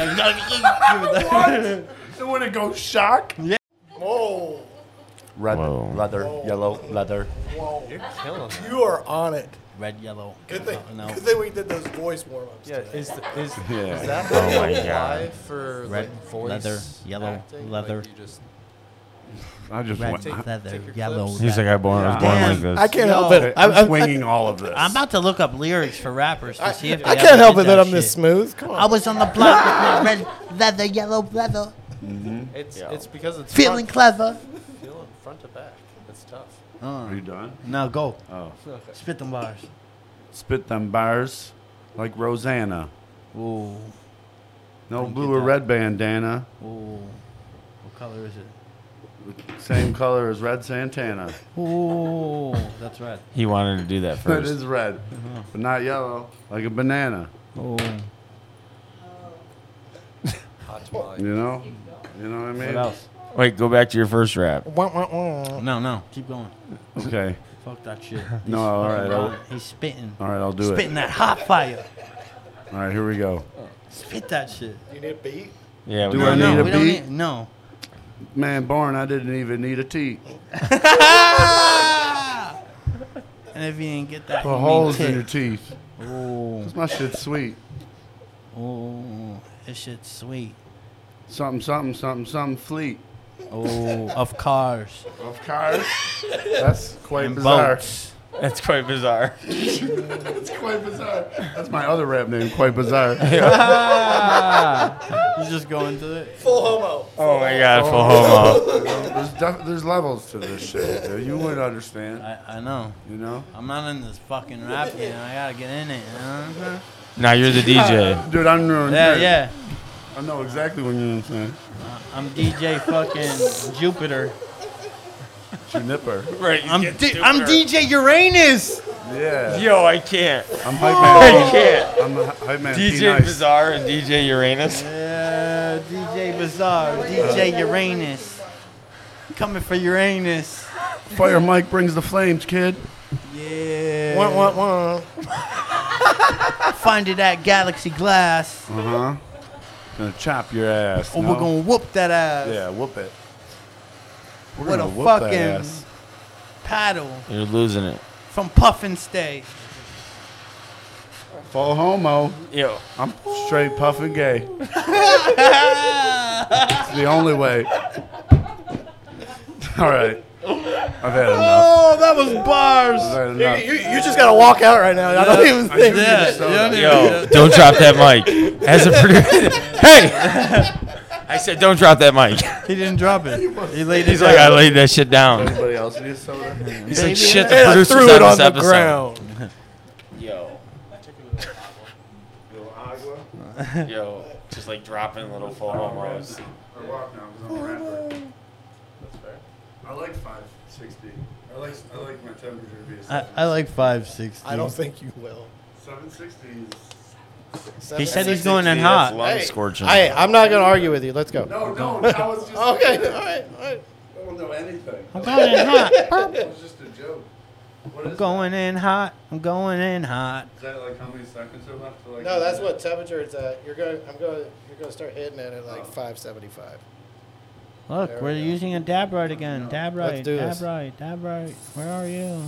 Speaker 2: And when it goes shock,
Speaker 1: Yeah.
Speaker 2: Whoa. Red,
Speaker 4: Whoa.
Speaker 2: leather, yellow, leather.
Speaker 6: You're killing me.
Speaker 3: You are on it.
Speaker 1: red, yellow.
Speaker 3: Good thing,
Speaker 1: No,
Speaker 3: good thing we did those voice warm ups.
Speaker 6: Yeah, is, the, is,
Speaker 2: Yeah.
Speaker 6: is that
Speaker 4: Oh
Speaker 6: how
Speaker 4: my
Speaker 6: you
Speaker 4: God.
Speaker 6: apply for
Speaker 1: Red,
Speaker 6: like, voice
Speaker 1: leather, yellow,
Speaker 6: acting?
Speaker 1: leather.
Speaker 6: Like you just
Speaker 2: I just
Speaker 1: red,
Speaker 2: went.
Speaker 6: Take-
Speaker 1: leather,
Speaker 6: take your
Speaker 1: yellow.
Speaker 6: clips.
Speaker 4: He's like, I, born, I was born like
Speaker 3: Damn,
Speaker 4: this.
Speaker 3: I can't
Speaker 1: Yo.
Speaker 3: help it.
Speaker 2: I'm,
Speaker 3: I'm, I'm, I,
Speaker 2: swinging all of this.
Speaker 1: I'm about to look up lyrics for rappers to see if they
Speaker 3: I
Speaker 1: ever
Speaker 3: can't help
Speaker 1: did
Speaker 3: it that I'm
Speaker 1: shit.
Speaker 3: this smooth. Come on.
Speaker 1: I was on the block with my red leather, yellow leather,
Speaker 6: It's it's because it's
Speaker 1: feeling
Speaker 6: front,
Speaker 1: clever.
Speaker 6: feeling front to back. It's tough.
Speaker 2: Are you done?
Speaker 1: Now go.
Speaker 2: Oh.
Speaker 6: Okay.
Speaker 1: Spit them bars.
Speaker 2: Spit them bars like Rosanna.
Speaker 1: Ooh.
Speaker 2: No
Speaker 1: Don't
Speaker 2: blue
Speaker 1: get
Speaker 2: or
Speaker 1: that.
Speaker 2: red bandana.
Speaker 1: Ooh. What color is it?
Speaker 2: Same color as Red Santana.
Speaker 1: Ooh. That's red.
Speaker 4: He wanted to do that
Speaker 2: It
Speaker 4: first.
Speaker 2: is red, Uh-huh. but not yellow. Like a banana.
Speaker 1: Ooh.
Speaker 6: Hot tamale.
Speaker 2: You know? You know what I mean?
Speaker 4: What else? Wait, go back to your first rap.
Speaker 3: Wah, wah, wah.
Speaker 1: No, no. Keep going.
Speaker 2: Okay.
Speaker 1: Fuck that shit.
Speaker 2: No, all right. I'll,
Speaker 1: He's spitting.
Speaker 2: all right, I'll do
Speaker 1: Spitting
Speaker 2: it.
Speaker 1: that hot fire.
Speaker 2: All right, here we go.
Speaker 1: Spit that shit.
Speaker 3: You need a beat?
Speaker 4: Yeah, we
Speaker 2: Do
Speaker 4: got
Speaker 2: I
Speaker 4: it.
Speaker 1: no,
Speaker 2: need a
Speaker 1: we don't
Speaker 2: beat?
Speaker 1: need. No.
Speaker 2: Man, born, I didn't even need a teat.
Speaker 1: And if you didn't get that,
Speaker 2: Put
Speaker 1: you
Speaker 2: holes
Speaker 1: mean
Speaker 2: in your
Speaker 1: tit.
Speaker 2: teeth.
Speaker 1: Ooh.
Speaker 2: My shit's sweet.
Speaker 1: Ooh. This shit's sweet.
Speaker 2: Something, something, something, something fleet.
Speaker 1: Oh, of cars
Speaker 2: Of cars. That's quite
Speaker 1: and
Speaker 2: bizarre.
Speaker 1: boats.
Speaker 4: That's quite bizarre.
Speaker 2: That's quite bizarre. That's my other rap name, quite bizarre.
Speaker 1: You just go into it.
Speaker 3: Full homo.
Speaker 4: Oh my god, full homo.
Speaker 2: there's, def- there's levels to this shit. dude. You wouldn't understand,
Speaker 1: I, I know.
Speaker 2: you know?
Speaker 1: I'm not in this fucking rap game. I gotta get in it. Uh-huh.
Speaker 4: Now you're the DJ.
Speaker 2: Dude, I know.
Speaker 1: Yeah, yeah.
Speaker 2: I know exactly what you're saying.
Speaker 1: I'm DJ fucking Jupiter.
Speaker 2: Juniper.
Speaker 4: Right.
Speaker 1: I'm D- I'm DJ Uranus.
Speaker 2: Yeah.
Speaker 4: Yo, I can't.
Speaker 2: I'm hype man.
Speaker 4: I can't.
Speaker 2: I'm a hy- hype man. P.
Speaker 4: DJ
Speaker 2: Nice.
Speaker 4: Bizarre and DJ Uranus.
Speaker 1: Yeah, DJ Bizarre, DJ Uranus. Coming for Uranus.
Speaker 2: Fire Mike brings the flames, kid.
Speaker 1: Yeah.
Speaker 3: Wah, wah, wah.
Speaker 1: Find it at Galaxy Glass.
Speaker 2: Uh huh. Gonna chop your ass.
Speaker 1: Or
Speaker 2: no?
Speaker 1: Oh, we're gonna whoop that ass
Speaker 2: Yeah, whoop it. We're
Speaker 1: with
Speaker 2: gonna
Speaker 1: a
Speaker 2: whoop
Speaker 1: fucking
Speaker 2: that ass.
Speaker 1: paddle
Speaker 4: You're losing it.
Speaker 1: from Puffin State.
Speaker 2: Full homo.
Speaker 4: Yo.
Speaker 2: I'm straight puffing gay. it's the only way. All right. I've had enough.
Speaker 1: Oh, that was bars.
Speaker 2: I've had
Speaker 3: You,
Speaker 2: enough.
Speaker 3: you, you just gotta walk out right now. I don't even think.
Speaker 1: Yeah,
Speaker 2: Minnesota.
Speaker 1: yeah,
Speaker 4: Yo, don't drop that mic. As a producer, hey, I said don't drop that mic.
Speaker 1: He didn't drop it. He laid
Speaker 4: He's like, I laid that shit down.
Speaker 2: Anybody else need a soda?
Speaker 4: He's like, shit, the
Speaker 3: And I
Speaker 4: producers
Speaker 3: threw it
Speaker 4: on
Speaker 3: on
Speaker 4: this
Speaker 3: the
Speaker 4: episode.
Speaker 3: ground.
Speaker 4: Yo, yo, just like dropping little full homos.
Speaker 2: I walk now 'cause I'm a rapper. I like 560. I like, I like my temperature to be a
Speaker 1: I, I like 560.
Speaker 3: I don't think you will.
Speaker 2: 760 is...
Speaker 1: He said he's
Speaker 4: Six
Speaker 1: going in
Speaker 4: feet, that's
Speaker 1: hot.
Speaker 4: lung
Speaker 3: Hey,
Speaker 4: scorching.
Speaker 3: Hey, I'm not gonna argue with you. Let's go.
Speaker 2: No, don't. I was just...
Speaker 3: Okay, all right, all right.
Speaker 2: I don't know anything.
Speaker 1: Going in hot.
Speaker 2: It was just a joke. What
Speaker 1: I'm
Speaker 2: is
Speaker 1: going in hot. I'm going in hot.
Speaker 2: Is that like how many seconds are left? To like
Speaker 3: No, that's what temperature it's at. You're going. I'm going. You're going to start hitting it at like
Speaker 2: Oh.
Speaker 3: 575.
Speaker 1: Look,
Speaker 3: There we
Speaker 1: we're
Speaker 3: go.
Speaker 1: using a dab right again. Dab right.
Speaker 3: Let's do
Speaker 1: dab
Speaker 3: this.
Speaker 1: right. Dab right. Where are you?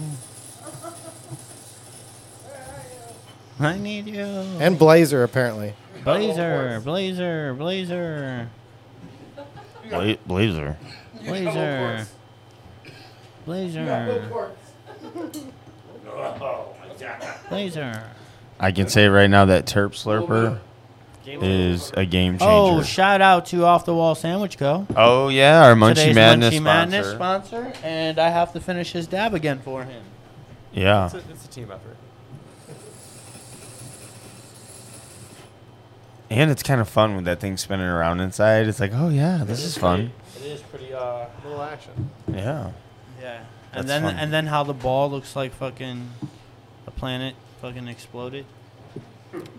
Speaker 1: I need you.
Speaker 3: And blazer apparently.
Speaker 1: blazer, blazer, blazer,
Speaker 4: Bla- blazer.
Speaker 1: blazer, blazer, blazer.
Speaker 4: I can say right now that Terp Slurper is a game changer.
Speaker 1: Oh, shout out to Off the Wall Sandwich Co.
Speaker 4: Oh, yeah, our Munchie
Speaker 1: Today's
Speaker 4: Madness
Speaker 1: Munchie
Speaker 4: sponsor.
Speaker 1: Madness sponsor, and I have to finish his dab again for him.
Speaker 4: yeah.
Speaker 6: It's a, it's a team effort.
Speaker 4: And it's kind of fun with that thing spinning around inside. It's like, oh, yeah, this is fun.
Speaker 1: It is pretty uh
Speaker 6: little action.
Speaker 4: Yeah.
Speaker 1: yeah.
Speaker 4: That's
Speaker 1: And then
Speaker 4: fun.
Speaker 1: and then how the ball looks like fucking a planet fucking exploded.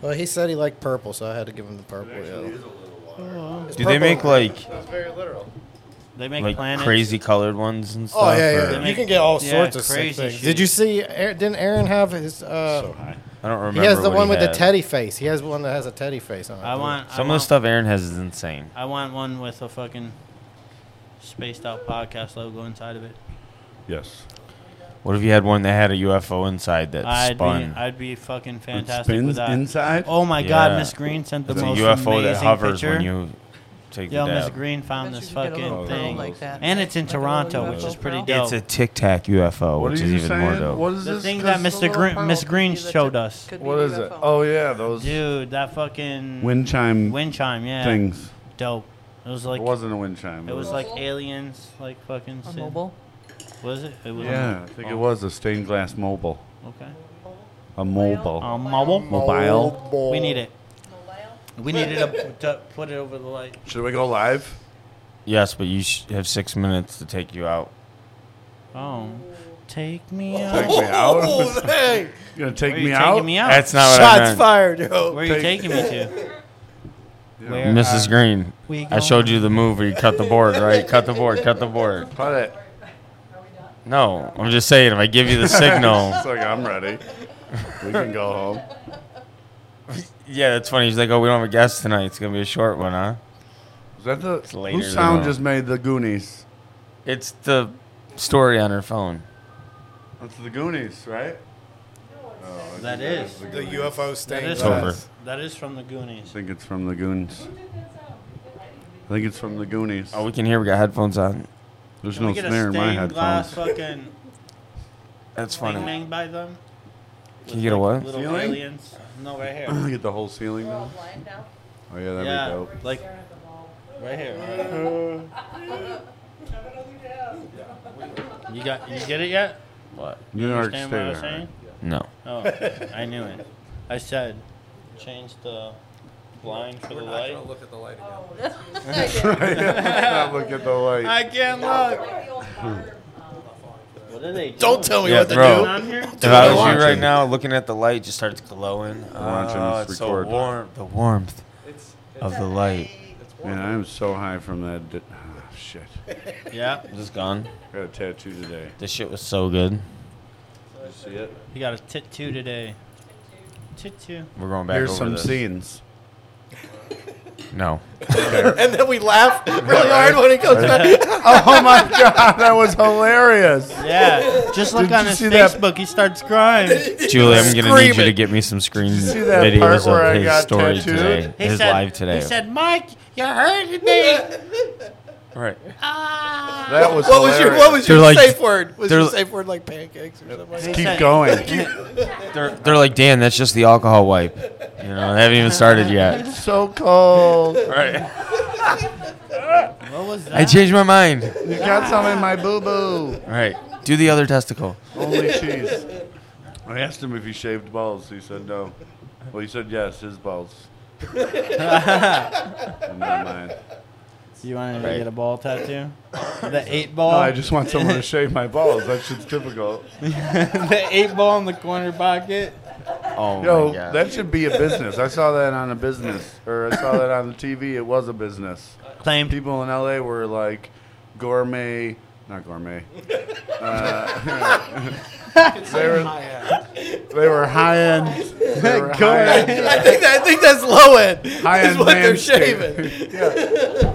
Speaker 3: Well, he said he liked purple, so I had to give him the purple. yeah.
Speaker 4: Do they make like
Speaker 6: That's very literal.
Speaker 1: They make
Speaker 4: like
Speaker 1: planets.
Speaker 4: crazy colored ones and stuff?
Speaker 3: Oh yeah, yeah,
Speaker 4: or-
Speaker 3: yeah.
Speaker 1: They
Speaker 3: you
Speaker 1: make-
Speaker 3: can get all
Speaker 1: yeah,
Speaker 3: sorts of sick
Speaker 1: crazy
Speaker 3: things.
Speaker 1: shit.
Speaker 3: Did you see? Aaron- Didn't Aaron have his? Uh,
Speaker 2: So high.
Speaker 4: I don't
Speaker 3: he
Speaker 4: remember.
Speaker 3: has the
Speaker 4: what
Speaker 3: one
Speaker 4: he
Speaker 3: with
Speaker 4: had.
Speaker 3: the teddy face. He has one that has a teddy face on it.
Speaker 1: I want I
Speaker 4: Some of
Speaker 1: want-
Speaker 4: the stuff Aaron has is insane.
Speaker 1: I want one with a fucking spaced out podcast logo inside of it.
Speaker 2: Yes.
Speaker 4: What if you had one that had a UFO inside that
Speaker 1: I'd
Speaker 4: spun?
Speaker 1: be I'd be fucking
Speaker 2: It
Speaker 1: fantastic with
Speaker 2: spins
Speaker 1: that.
Speaker 2: inside.
Speaker 1: Oh my god,
Speaker 4: Yeah.
Speaker 1: Miss Green sent the
Speaker 4: it's a
Speaker 1: most
Speaker 4: UFO that
Speaker 1: amazing
Speaker 4: hovers
Speaker 1: picture.
Speaker 4: when you take
Speaker 1: Yo,
Speaker 4: the
Speaker 1: Miss
Speaker 4: dab.
Speaker 1: Green found
Speaker 5: Bet
Speaker 1: this
Speaker 5: you could get a little
Speaker 1: fucking
Speaker 5: pearl
Speaker 1: thing.
Speaker 5: like that.
Speaker 1: And it's in
Speaker 5: Like a little
Speaker 1: Toronto,
Speaker 5: UFO
Speaker 1: which is pretty
Speaker 5: pearl.
Speaker 4: It's
Speaker 1: dope.
Speaker 4: a Tic Tac UFO,
Speaker 2: What
Speaker 4: which
Speaker 2: are
Speaker 4: is
Speaker 2: you
Speaker 4: even
Speaker 2: saying?
Speaker 4: more dope.
Speaker 2: What is
Speaker 1: The
Speaker 2: this?
Speaker 1: thing
Speaker 2: This
Speaker 1: that
Speaker 2: is
Speaker 1: Mr. Green,
Speaker 5: pearl
Speaker 1: Miss
Speaker 5: could
Speaker 1: Green
Speaker 5: be the
Speaker 1: showed
Speaker 5: tip.
Speaker 1: us.
Speaker 5: Could be
Speaker 2: What
Speaker 5: the
Speaker 2: is it?
Speaker 5: UFO.
Speaker 2: Oh yeah, those
Speaker 1: Dude, that fucking
Speaker 2: wind chime
Speaker 1: wind chime, yeah.
Speaker 2: things.
Speaker 1: Dope. It was like
Speaker 2: it wasn't a wind chime.
Speaker 1: it was like
Speaker 7: Mobile?
Speaker 1: aliens like fucking
Speaker 5: On
Speaker 1: sitting-
Speaker 5: mobile.
Speaker 1: Was it? It was
Speaker 2: yeah, I think it
Speaker 1: oh,
Speaker 2: was a stained glass mobile,
Speaker 1: Okay.
Speaker 2: a mobile.
Speaker 1: On mobile?
Speaker 2: Mobile.
Speaker 1: We need it.
Speaker 7: Mobile?
Speaker 1: We needed to, to put it over the light.
Speaker 2: Should we go live?
Speaker 4: Yes, but you sh- have six minutes to take you out.
Speaker 1: Oh. Take me
Speaker 2: Take
Speaker 1: out.
Speaker 2: me out.
Speaker 3: hey,
Speaker 2: you gonna take
Speaker 1: Where
Speaker 2: me
Speaker 1: you
Speaker 2: out?
Speaker 1: taking me out?
Speaker 4: That's not what I
Speaker 3: shots
Speaker 4: meant.
Speaker 3: fired, yo.
Speaker 1: Where are you
Speaker 2: Take-
Speaker 1: taking me to?
Speaker 2: Yeah.
Speaker 1: Where
Speaker 4: Mrs. Green,
Speaker 1: we
Speaker 4: I
Speaker 1: going?
Speaker 4: showed you the move where you cut the board, right? Cut the board, cut the board.
Speaker 2: Cut it.
Speaker 4: No, I'm just saying, if I give you the signal.
Speaker 2: It's like I'm ready. We can go home.
Speaker 4: yeah, that's funny. He's like, oh, we don't have a guest tonight. It's going to be a short one, huh?
Speaker 2: Is that the
Speaker 4: later
Speaker 2: who
Speaker 4: than
Speaker 2: sound
Speaker 4: that.
Speaker 2: just made the Goonies?
Speaker 4: It's the story on her phone.
Speaker 2: That's the Goonies, right? Oh, I
Speaker 1: That
Speaker 2: think
Speaker 1: is.
Speaker 2: the
Speaker 3: The
Speaker 2: Goonies.
Speaker 3: UFO
Speaker 1: That
Speaker 3: stained
Speaker 1: is,
Speaker 4: It's over.
Speaker 3: glass.
Speaker 1: that is from the Goonies.
Speaker 2: I think it's from the Goonies. I think it's from the Goonies.
Speaker 4: Oh, we can hear. We got headphones on.
Speaker 2: There's
Speaker 1: Can
Speaker 2: no
Speaker 1: we get a
Speaker 2: snare in my
Speaker 1: stained glass
Speaker 2: headphones.
Speaker 1: fucking
Speaker 4: That's
Speaker 1: bang
Speaker 4: funny.
Speaker 1: bang by them?
Speaker 4: Can you get a what?
Speaker 1: Little
Speaker 2: Ceiling?
Speaker 1: aliens. No, right here.
Speaker 2: get the whole ceiling
Speaker 7: We're all
Speaker 2: now.
Speaker 7: blind now.
Speaker 2: Oh yeah, that'd
Speaker 1: Yeah.
Speaker 2: be dope.
Speaker 1: Like
Speaker 7: Staring at the wall.
Speaker 1: right here.
Speaker 2: Uh,
Speaker 1: You got you get it yet?
Speaker 4: What?
Speaker 2: New York State.
Speaker 1: Understand what I was saying?
Speaker 4: No.
Speaker 1: Oh, I knew it. I said change the blind for the
Speaker 6: We're not
Speaker 1: light.
Speaker 6: gonna look at the light again.
Speaker 2: Not look at the light.
Speaker 1: I can't look.
Speaker 7: Like the old farm, um,
Speaker 1: What are they doing?
Speaker 3: Don't tell me
Speaker 4: Yeah,
Speaker 3: what to
Speaker 4: bro.
Speaker 3: do.
Speaker 1: on here?
Speaker 4: If I was
Speaker 2: Watching.
Speaker 4: you right now, looking at the light, just starts glowing.
Speaker 2: Watching
Speaker 4: Oh,
Speaker 2: us
Speaker 4: it's
Speaker 2: record.
Speaker 4: so warm. The warmth
Speaker 6: It's, it's,
Speaker 4: of the light.
Speaker 6: it's
Speaker 2: Man,
Speaker 6: warm.
Speaker 2: I'm so high from that. Di- oh, shit.
Speaker 1: Yeah,
Speaker 4: Just gone.
Speaker 2: I got a tattoo today.
Speaker 4: This shit was so good.
Speaker 2: Did you see it?
Speaker 1: you got a tit two today. Tit two.
Speaker 4: We're going back
Speaker 2: Here's
Speaker 4: over
Speaker 2: some
Speaker 4: this.
Speaker 2: scenes.
Speaker 4: No.
Speaker 3: And then we laugh really hard when he comes back.
Speaker 2: Oh my god, that was hilarious.
Speaker 1: Yeah, just look
Speaker 2: Did
Speaker 1: on
Speaker 2: you
Speaker 1: his
Speaker 2: see that-
Speaker 1: Facebook. He starts crying.
Speaker 4: Julie, I'm gonna need you to
Speaker 3: Screaming.
Speaker 4: get me some screen
Speaker 2: see that part
Speaker 4: videos
Speaker 2: where I
Speaker 4: of his
Speaker 2: got
Speaker 4: story
Speaker 2: tattooed?
Speaker 4: today.
Speaker 1: He
Speaker 4: his
Speaker 1: said,
Speaker 4: live today.
Speaker 1: He said, "Mike, you hurted me."
Speaker 4: right.
Speaker 2: That was
Speaker 3: What was your
Speaker 2: hilarious.
Speaker 3: What was your
Speaker 4: They're like-
Speaker 3: safe word? Was
Speaker 4: they're
Speaker 3: your
Speaker 4: li-
Speaker 3: safe word like pancakes or something? Like that?
Speaker 2: Keep
Speaker 1: said-
Speaker 2: going.
Speaker 4: They're they're like, Dan, that's just the alcohol wipe. You know, they haven't even started yet.
Speaker 2: so cold.
Speaker 4: Right.
Speaker 1: What was that?
Speaker 4: I changed my mind.
Speaker 2: You got some in my boo boo.
Speaker 4: Right. Do the other testicle.
Speaker 2: Only cheese. I asked him if he shaved balls. He said no. Well, he said yes, his balls. and not mine.
Speaker 1: you wanted to
Speaker 4: Right.
Speaker 1: get a ball tattoo? The eight
Speaker 2: No,
Speaker 1: ball.
Speaker 2: I just want someone to shave my balls. That shit's difficult.
Speaker 1: the eight ball in the corner pocket.
Speaker 4: Oh
Speaker 2: Yo,
Speaker 4: my god.
Speaker 2: that should be a business. I saw that on a business, or I saw that on the TV. It was a business.
Speaker 1: Claimed.
Speaker 2: People in LA were like gourmet, not gourmet. Uh,
Speaker 6: It's very high end.
Speaker 2: They were high end. They were
Speaker 1: Go
Speaker 2: high
Speaker 1: ahead.
Speaker 2: end.
Speaker 3: I think that, I think that's low end.
Speaker 2: High
Speaker 3: is
Speaker 2: end
Speaker 3: what they're
Speaker 2: manscape.
Speaker 3: shaving.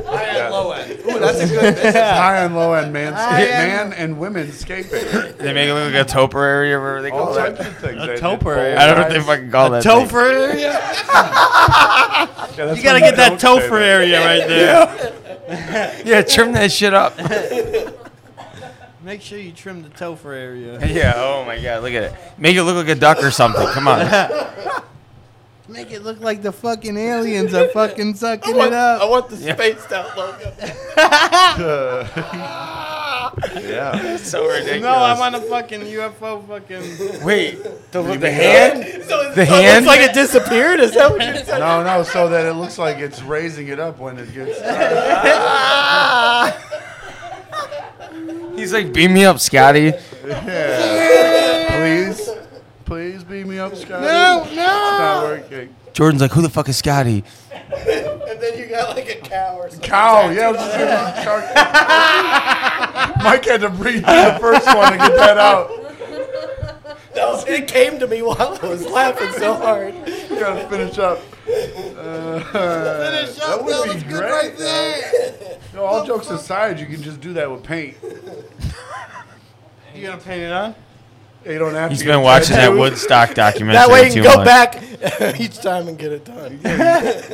Speaker 6: High end, low end. Ooh, that's a good business.
Speaker 2: High and low end man,
Speaker 1: High end.
Speaker 2: man and women scaping.
Speaker 4: They make it look like a toper area or whatever they
Speaker 2: All
Speaker 4: call it.
Speaker 2: types of things. They
Speaker 1: A
Speaker 2: did
Speaker 1: toper.
Speaker 2: bowl
Speaker 4: I don't know if they
Speaker 2: rides.
Speaker 4: fucking call that. thing.
Speaker 1: Topher area?
Speaker 2: Yeah, that's
Speaker 1: You gotta
Speaker 2: when
Speaker 1: get that
Speaker 2: don't say
Speaker 1: topher area right there.
Speaker 4: Yeah, trim that shit up.
Speaker 1: Make sure you trim the topher area.
Speaker 4: yeah. Oh my god, look at it. Make it look like a duck or something. Come on.
Speaker 1: Make it look like the fucking aliens are fucking sucking it
Speaker 3: I
Speaker 1: up.
Speaker 3: want the spaced out logo.
Speaker 2: Yeah.
Speaker 4: so ridiculous.
Speaker 1: No, I want a fucking UFO fucking.
Speaker 4: Wait, the, the hand? The hand?
Speaker 3: It's like it disappeared. Is that what you're saying?
Speaker 2: No, no, so that it looks like it's raising it up when it gets. started.
Speaker 4: He's like, beam me up, Scotty.
Speaker 2: Please, please beam me up, Scott.
Speaker 1: No,
Speaker 2: It's
Speaker 1: no!
Speaker 2: not working.
Speaker 4: Jordan's like, who the fuck is Scotty?
Speaker 3: And then you got like a cow or something.
Speaker 2: Cow, yeah. I was just gonna- cow. Mike had to breathe the first one to get that out.
Speaker 3: No, it came to me while I was laughing so hard.
Speaker 2: You gotta finish up. finish
Speaker 3: up,
Speaker 2: That
Speaker 3: that
Speaker 2: would
Speaker 3: was
Speaker 2: be
Speaker 3: good
Speaker 2: great.
Speaker 3: right
Speaker 2: though. No, all jokes aside, you can just do that with paint.
Speaker 1: You gonna paint it on?
Speaker 2: You don't have
Speaker 4: He's
Speaker 2: to
Speaker 4: been
Speaker 2: get
Speaker 4: watching that
Speaker 2: tattoos.
Speaker 4: Woodstock documentary
Speaker 3: That way you
Speaker 4: too
Speaker 3: can go
Speaker 4: much.
Speaker 3: back each time and get it done.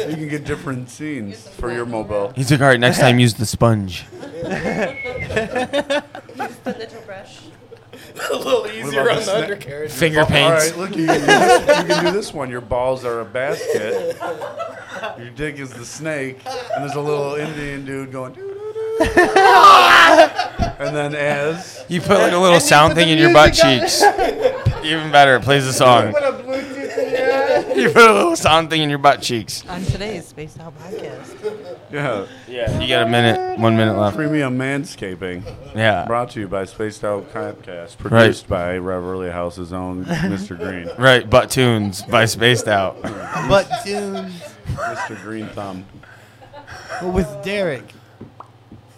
Speaker 2: You can get different scenes for your mobile.
Speaker 4: He's like, all right, next time use the sponge.
Speaker 7: The little brush.
Speaker 3: a little
Speaker 2: about
Speaker 3: easier
Speaker 2: the
Speaker 3: on the
Speaker 2: sna-
Speaker 3: undercarriage.
Speaker 4: Finger
Speaker 2: All
Speaker 4: paints.
Speaker 2: right, look, you can, do this, you can do this one. Your balls are a basket. Your dick is the snake, and there's a little Indian dude going. "Doo-doo-doo." and then as
Speaker 4: You put like a little sound thing in your butt cheeks. Even better, it plays a song. You put a little sound thing in your butt cheeks.
Speaker 5: On today's Spaced Out podcast.
Speaker 2: yeah,
Speaker 4: Yeah, you got a minute, one minute left.
Speaker 2: premium manscaping
Speaker 4: Yeah.
Speaker 2: brought to you by Spaced Out Podcast, produced by Reverly House's own Mr. Green,
Speaker 4: Right, butt tunes by Spaced Out.
Speaker 1: But dude,
Speaker 2: Mr. Green Thumb.
Speaker 1: with Derek.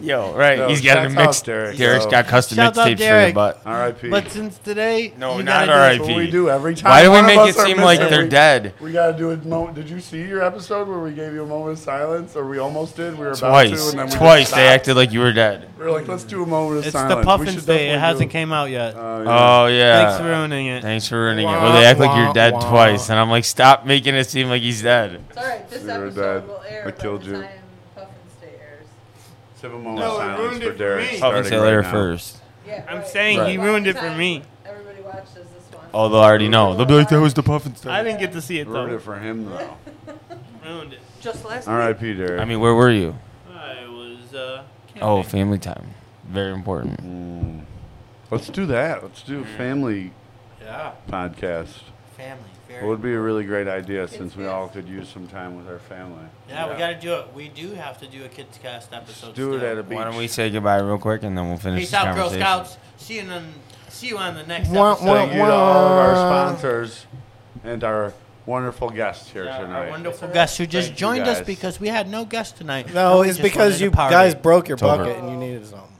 Speaker 4: Yo, right.
Speaker 2: No,
Speaker 4: he's got a
Speaker 2: shouts out
Speaker 4: mix.
Speaker 2: Derek,
Speaker 4: Derek, has
Speaker 2: yo.
Speaker 4: got custom
Speaker 1: Shouts out
Speaker 4: mixtapes for your
Speaker 1: Derek.
Speaker 4: butt.
Speaker 2: R.I.P.
Speaker 1: But since today,
Speaker 4: No,
Speaker 1: you
Speaker 4: not
Speaker 1: gotta do-
Speaker 4: RIP.
Speaker 2: That's what we do every time.
Speaker 4: Why do we
Speaker 2: one of
Speaker 4: make
Speaker 2: us
Speaker 4: it
Speaker 2: are
Speaker 4: seem like
Speaker 2: missing,
Speaker 4: they're
Speaker 2: we-
Speaker 4: dead?
Speaker 2: We gotta do a moment. Did you see your episode where we gave you a moment of silence, or we almost did? We were
Speaker 4: Twice,
Speaker 2: about to, and then we
Speaker 4: twice
Speaker 2: just
Speaker 4: they
Speaker 2: stopped.
Speaker 4: acted like you were dead.
Speaker 2: We were like, let's do a moment of
Speaker 1: It's
Speaker 2: silence.
Speaker 1: the
Speaker 2: We
Speaker 1: Puffins
Speaker 2: should
Speaker 1: Day.
Speaker 2: definitely
Speaker 1: It hasn't
Speaker 2: do-
Speaker 1: came out yet.
Speaker 2: Oh, yeah.
Speaker 4: Oh yeah.
Speaker 1: Thanks for ruining it.
Speaker 4: Thanks for ruining it. Well, they act like you're dead twice, and I'm like, stop making it seem like he's dead.
Speaker 7: It's alright. This
Speaker 2: We were
Speaker 7: episode
Speaker 2: dead.
Speaker 7: will air
Speaker 2: I
Speaker 7: by
Speaker 2: killed
Speaker 7: the
Speaker 2: you.
Speaker 7: time Puffins Day airs.
Speaker 2: Let's have a moment
Speaker 1: No,
Speaker 2: of
Speaker 1: it
Speaker 2: silence
Speaker 1: ruined it
Speaker 2: for
Speaker 1: for
Speaker 2: Derek.
Speaker 1: me.
Speaker 4: Puffin
Speaker 2: starting
Speaker 4: said later
Speaker 2: right now.
Speaker 4: first.
Speaker 7: Yeah,
Speaker 1: I'm
Speaker 7: right.
Speaker 1: saying he
Speaker 7: By
Speaker 1: ruined
Speaker 7: the
Speaker 1: it for
Speaker 7: time
Speaker 1: me.
Speaker 7: Everybody watches this one.
Speaker 4: Although I already know, they'll be like, that was the Puffin
Speaker 1: I
Speaker 4: stuff.
Speaker 1: didn't get to see it
Speaker 2: Ruined
Speaker 1: though.
Speaker 2: it for him though.
Speaker 1: Ruined it.
Speaker 5: Just last week.
Speaker 2: R.I.P. Derek.
Speaker 4: I mean, where were you?
Speaker 1: I was. Uh,
Speaker 4: Oh, family time. Very important.
Speaker 2: let's do that. Let's do a
Speaker 1: Mm.
Speaker 2: family
Speaker 6: Yeah.
Speaker 2: podcast.
Speaker 1: family.
Speaker 2: It would be a really great idea since we all could use some time with our family.
Speaker 1: Yeah, we gotta do it. We do have to do a kids cast episode.
Speaker 2: Do it
Speaker 1: still.
Speaker 2: at a beach.
Speaker 4: Why don't we say goodbye real quick and then we'll finish
Speaker 1: Peace
Speaker 4: this
Speaker 1: out, Girl
Speaker 4: conversation.
Speaker 1: Scouts. See you on see you on the next
Speaker 3: Wah,
Speaker 1: episode.
Speaker 2: Thank you to all of our sponsors and our wonderful guests here tonight.
Speaker 1: Our wonderful guests who just
Speaker 2: Thank you,
Speaker 1: joined us
Speaker 2: guys.
Speaker 1: because we had no guests tonight.
Speaker 3: No,
Speaker 1: We
Speaker 3: it's
Speaker 1: just wanted
Speaker 3: because
Speaker 1: to
Speaker 3: you
Speaker 1: party.
Speaker 3: guys broke your
Speaker 4: over.
Speaker 3: bucket and you needed something.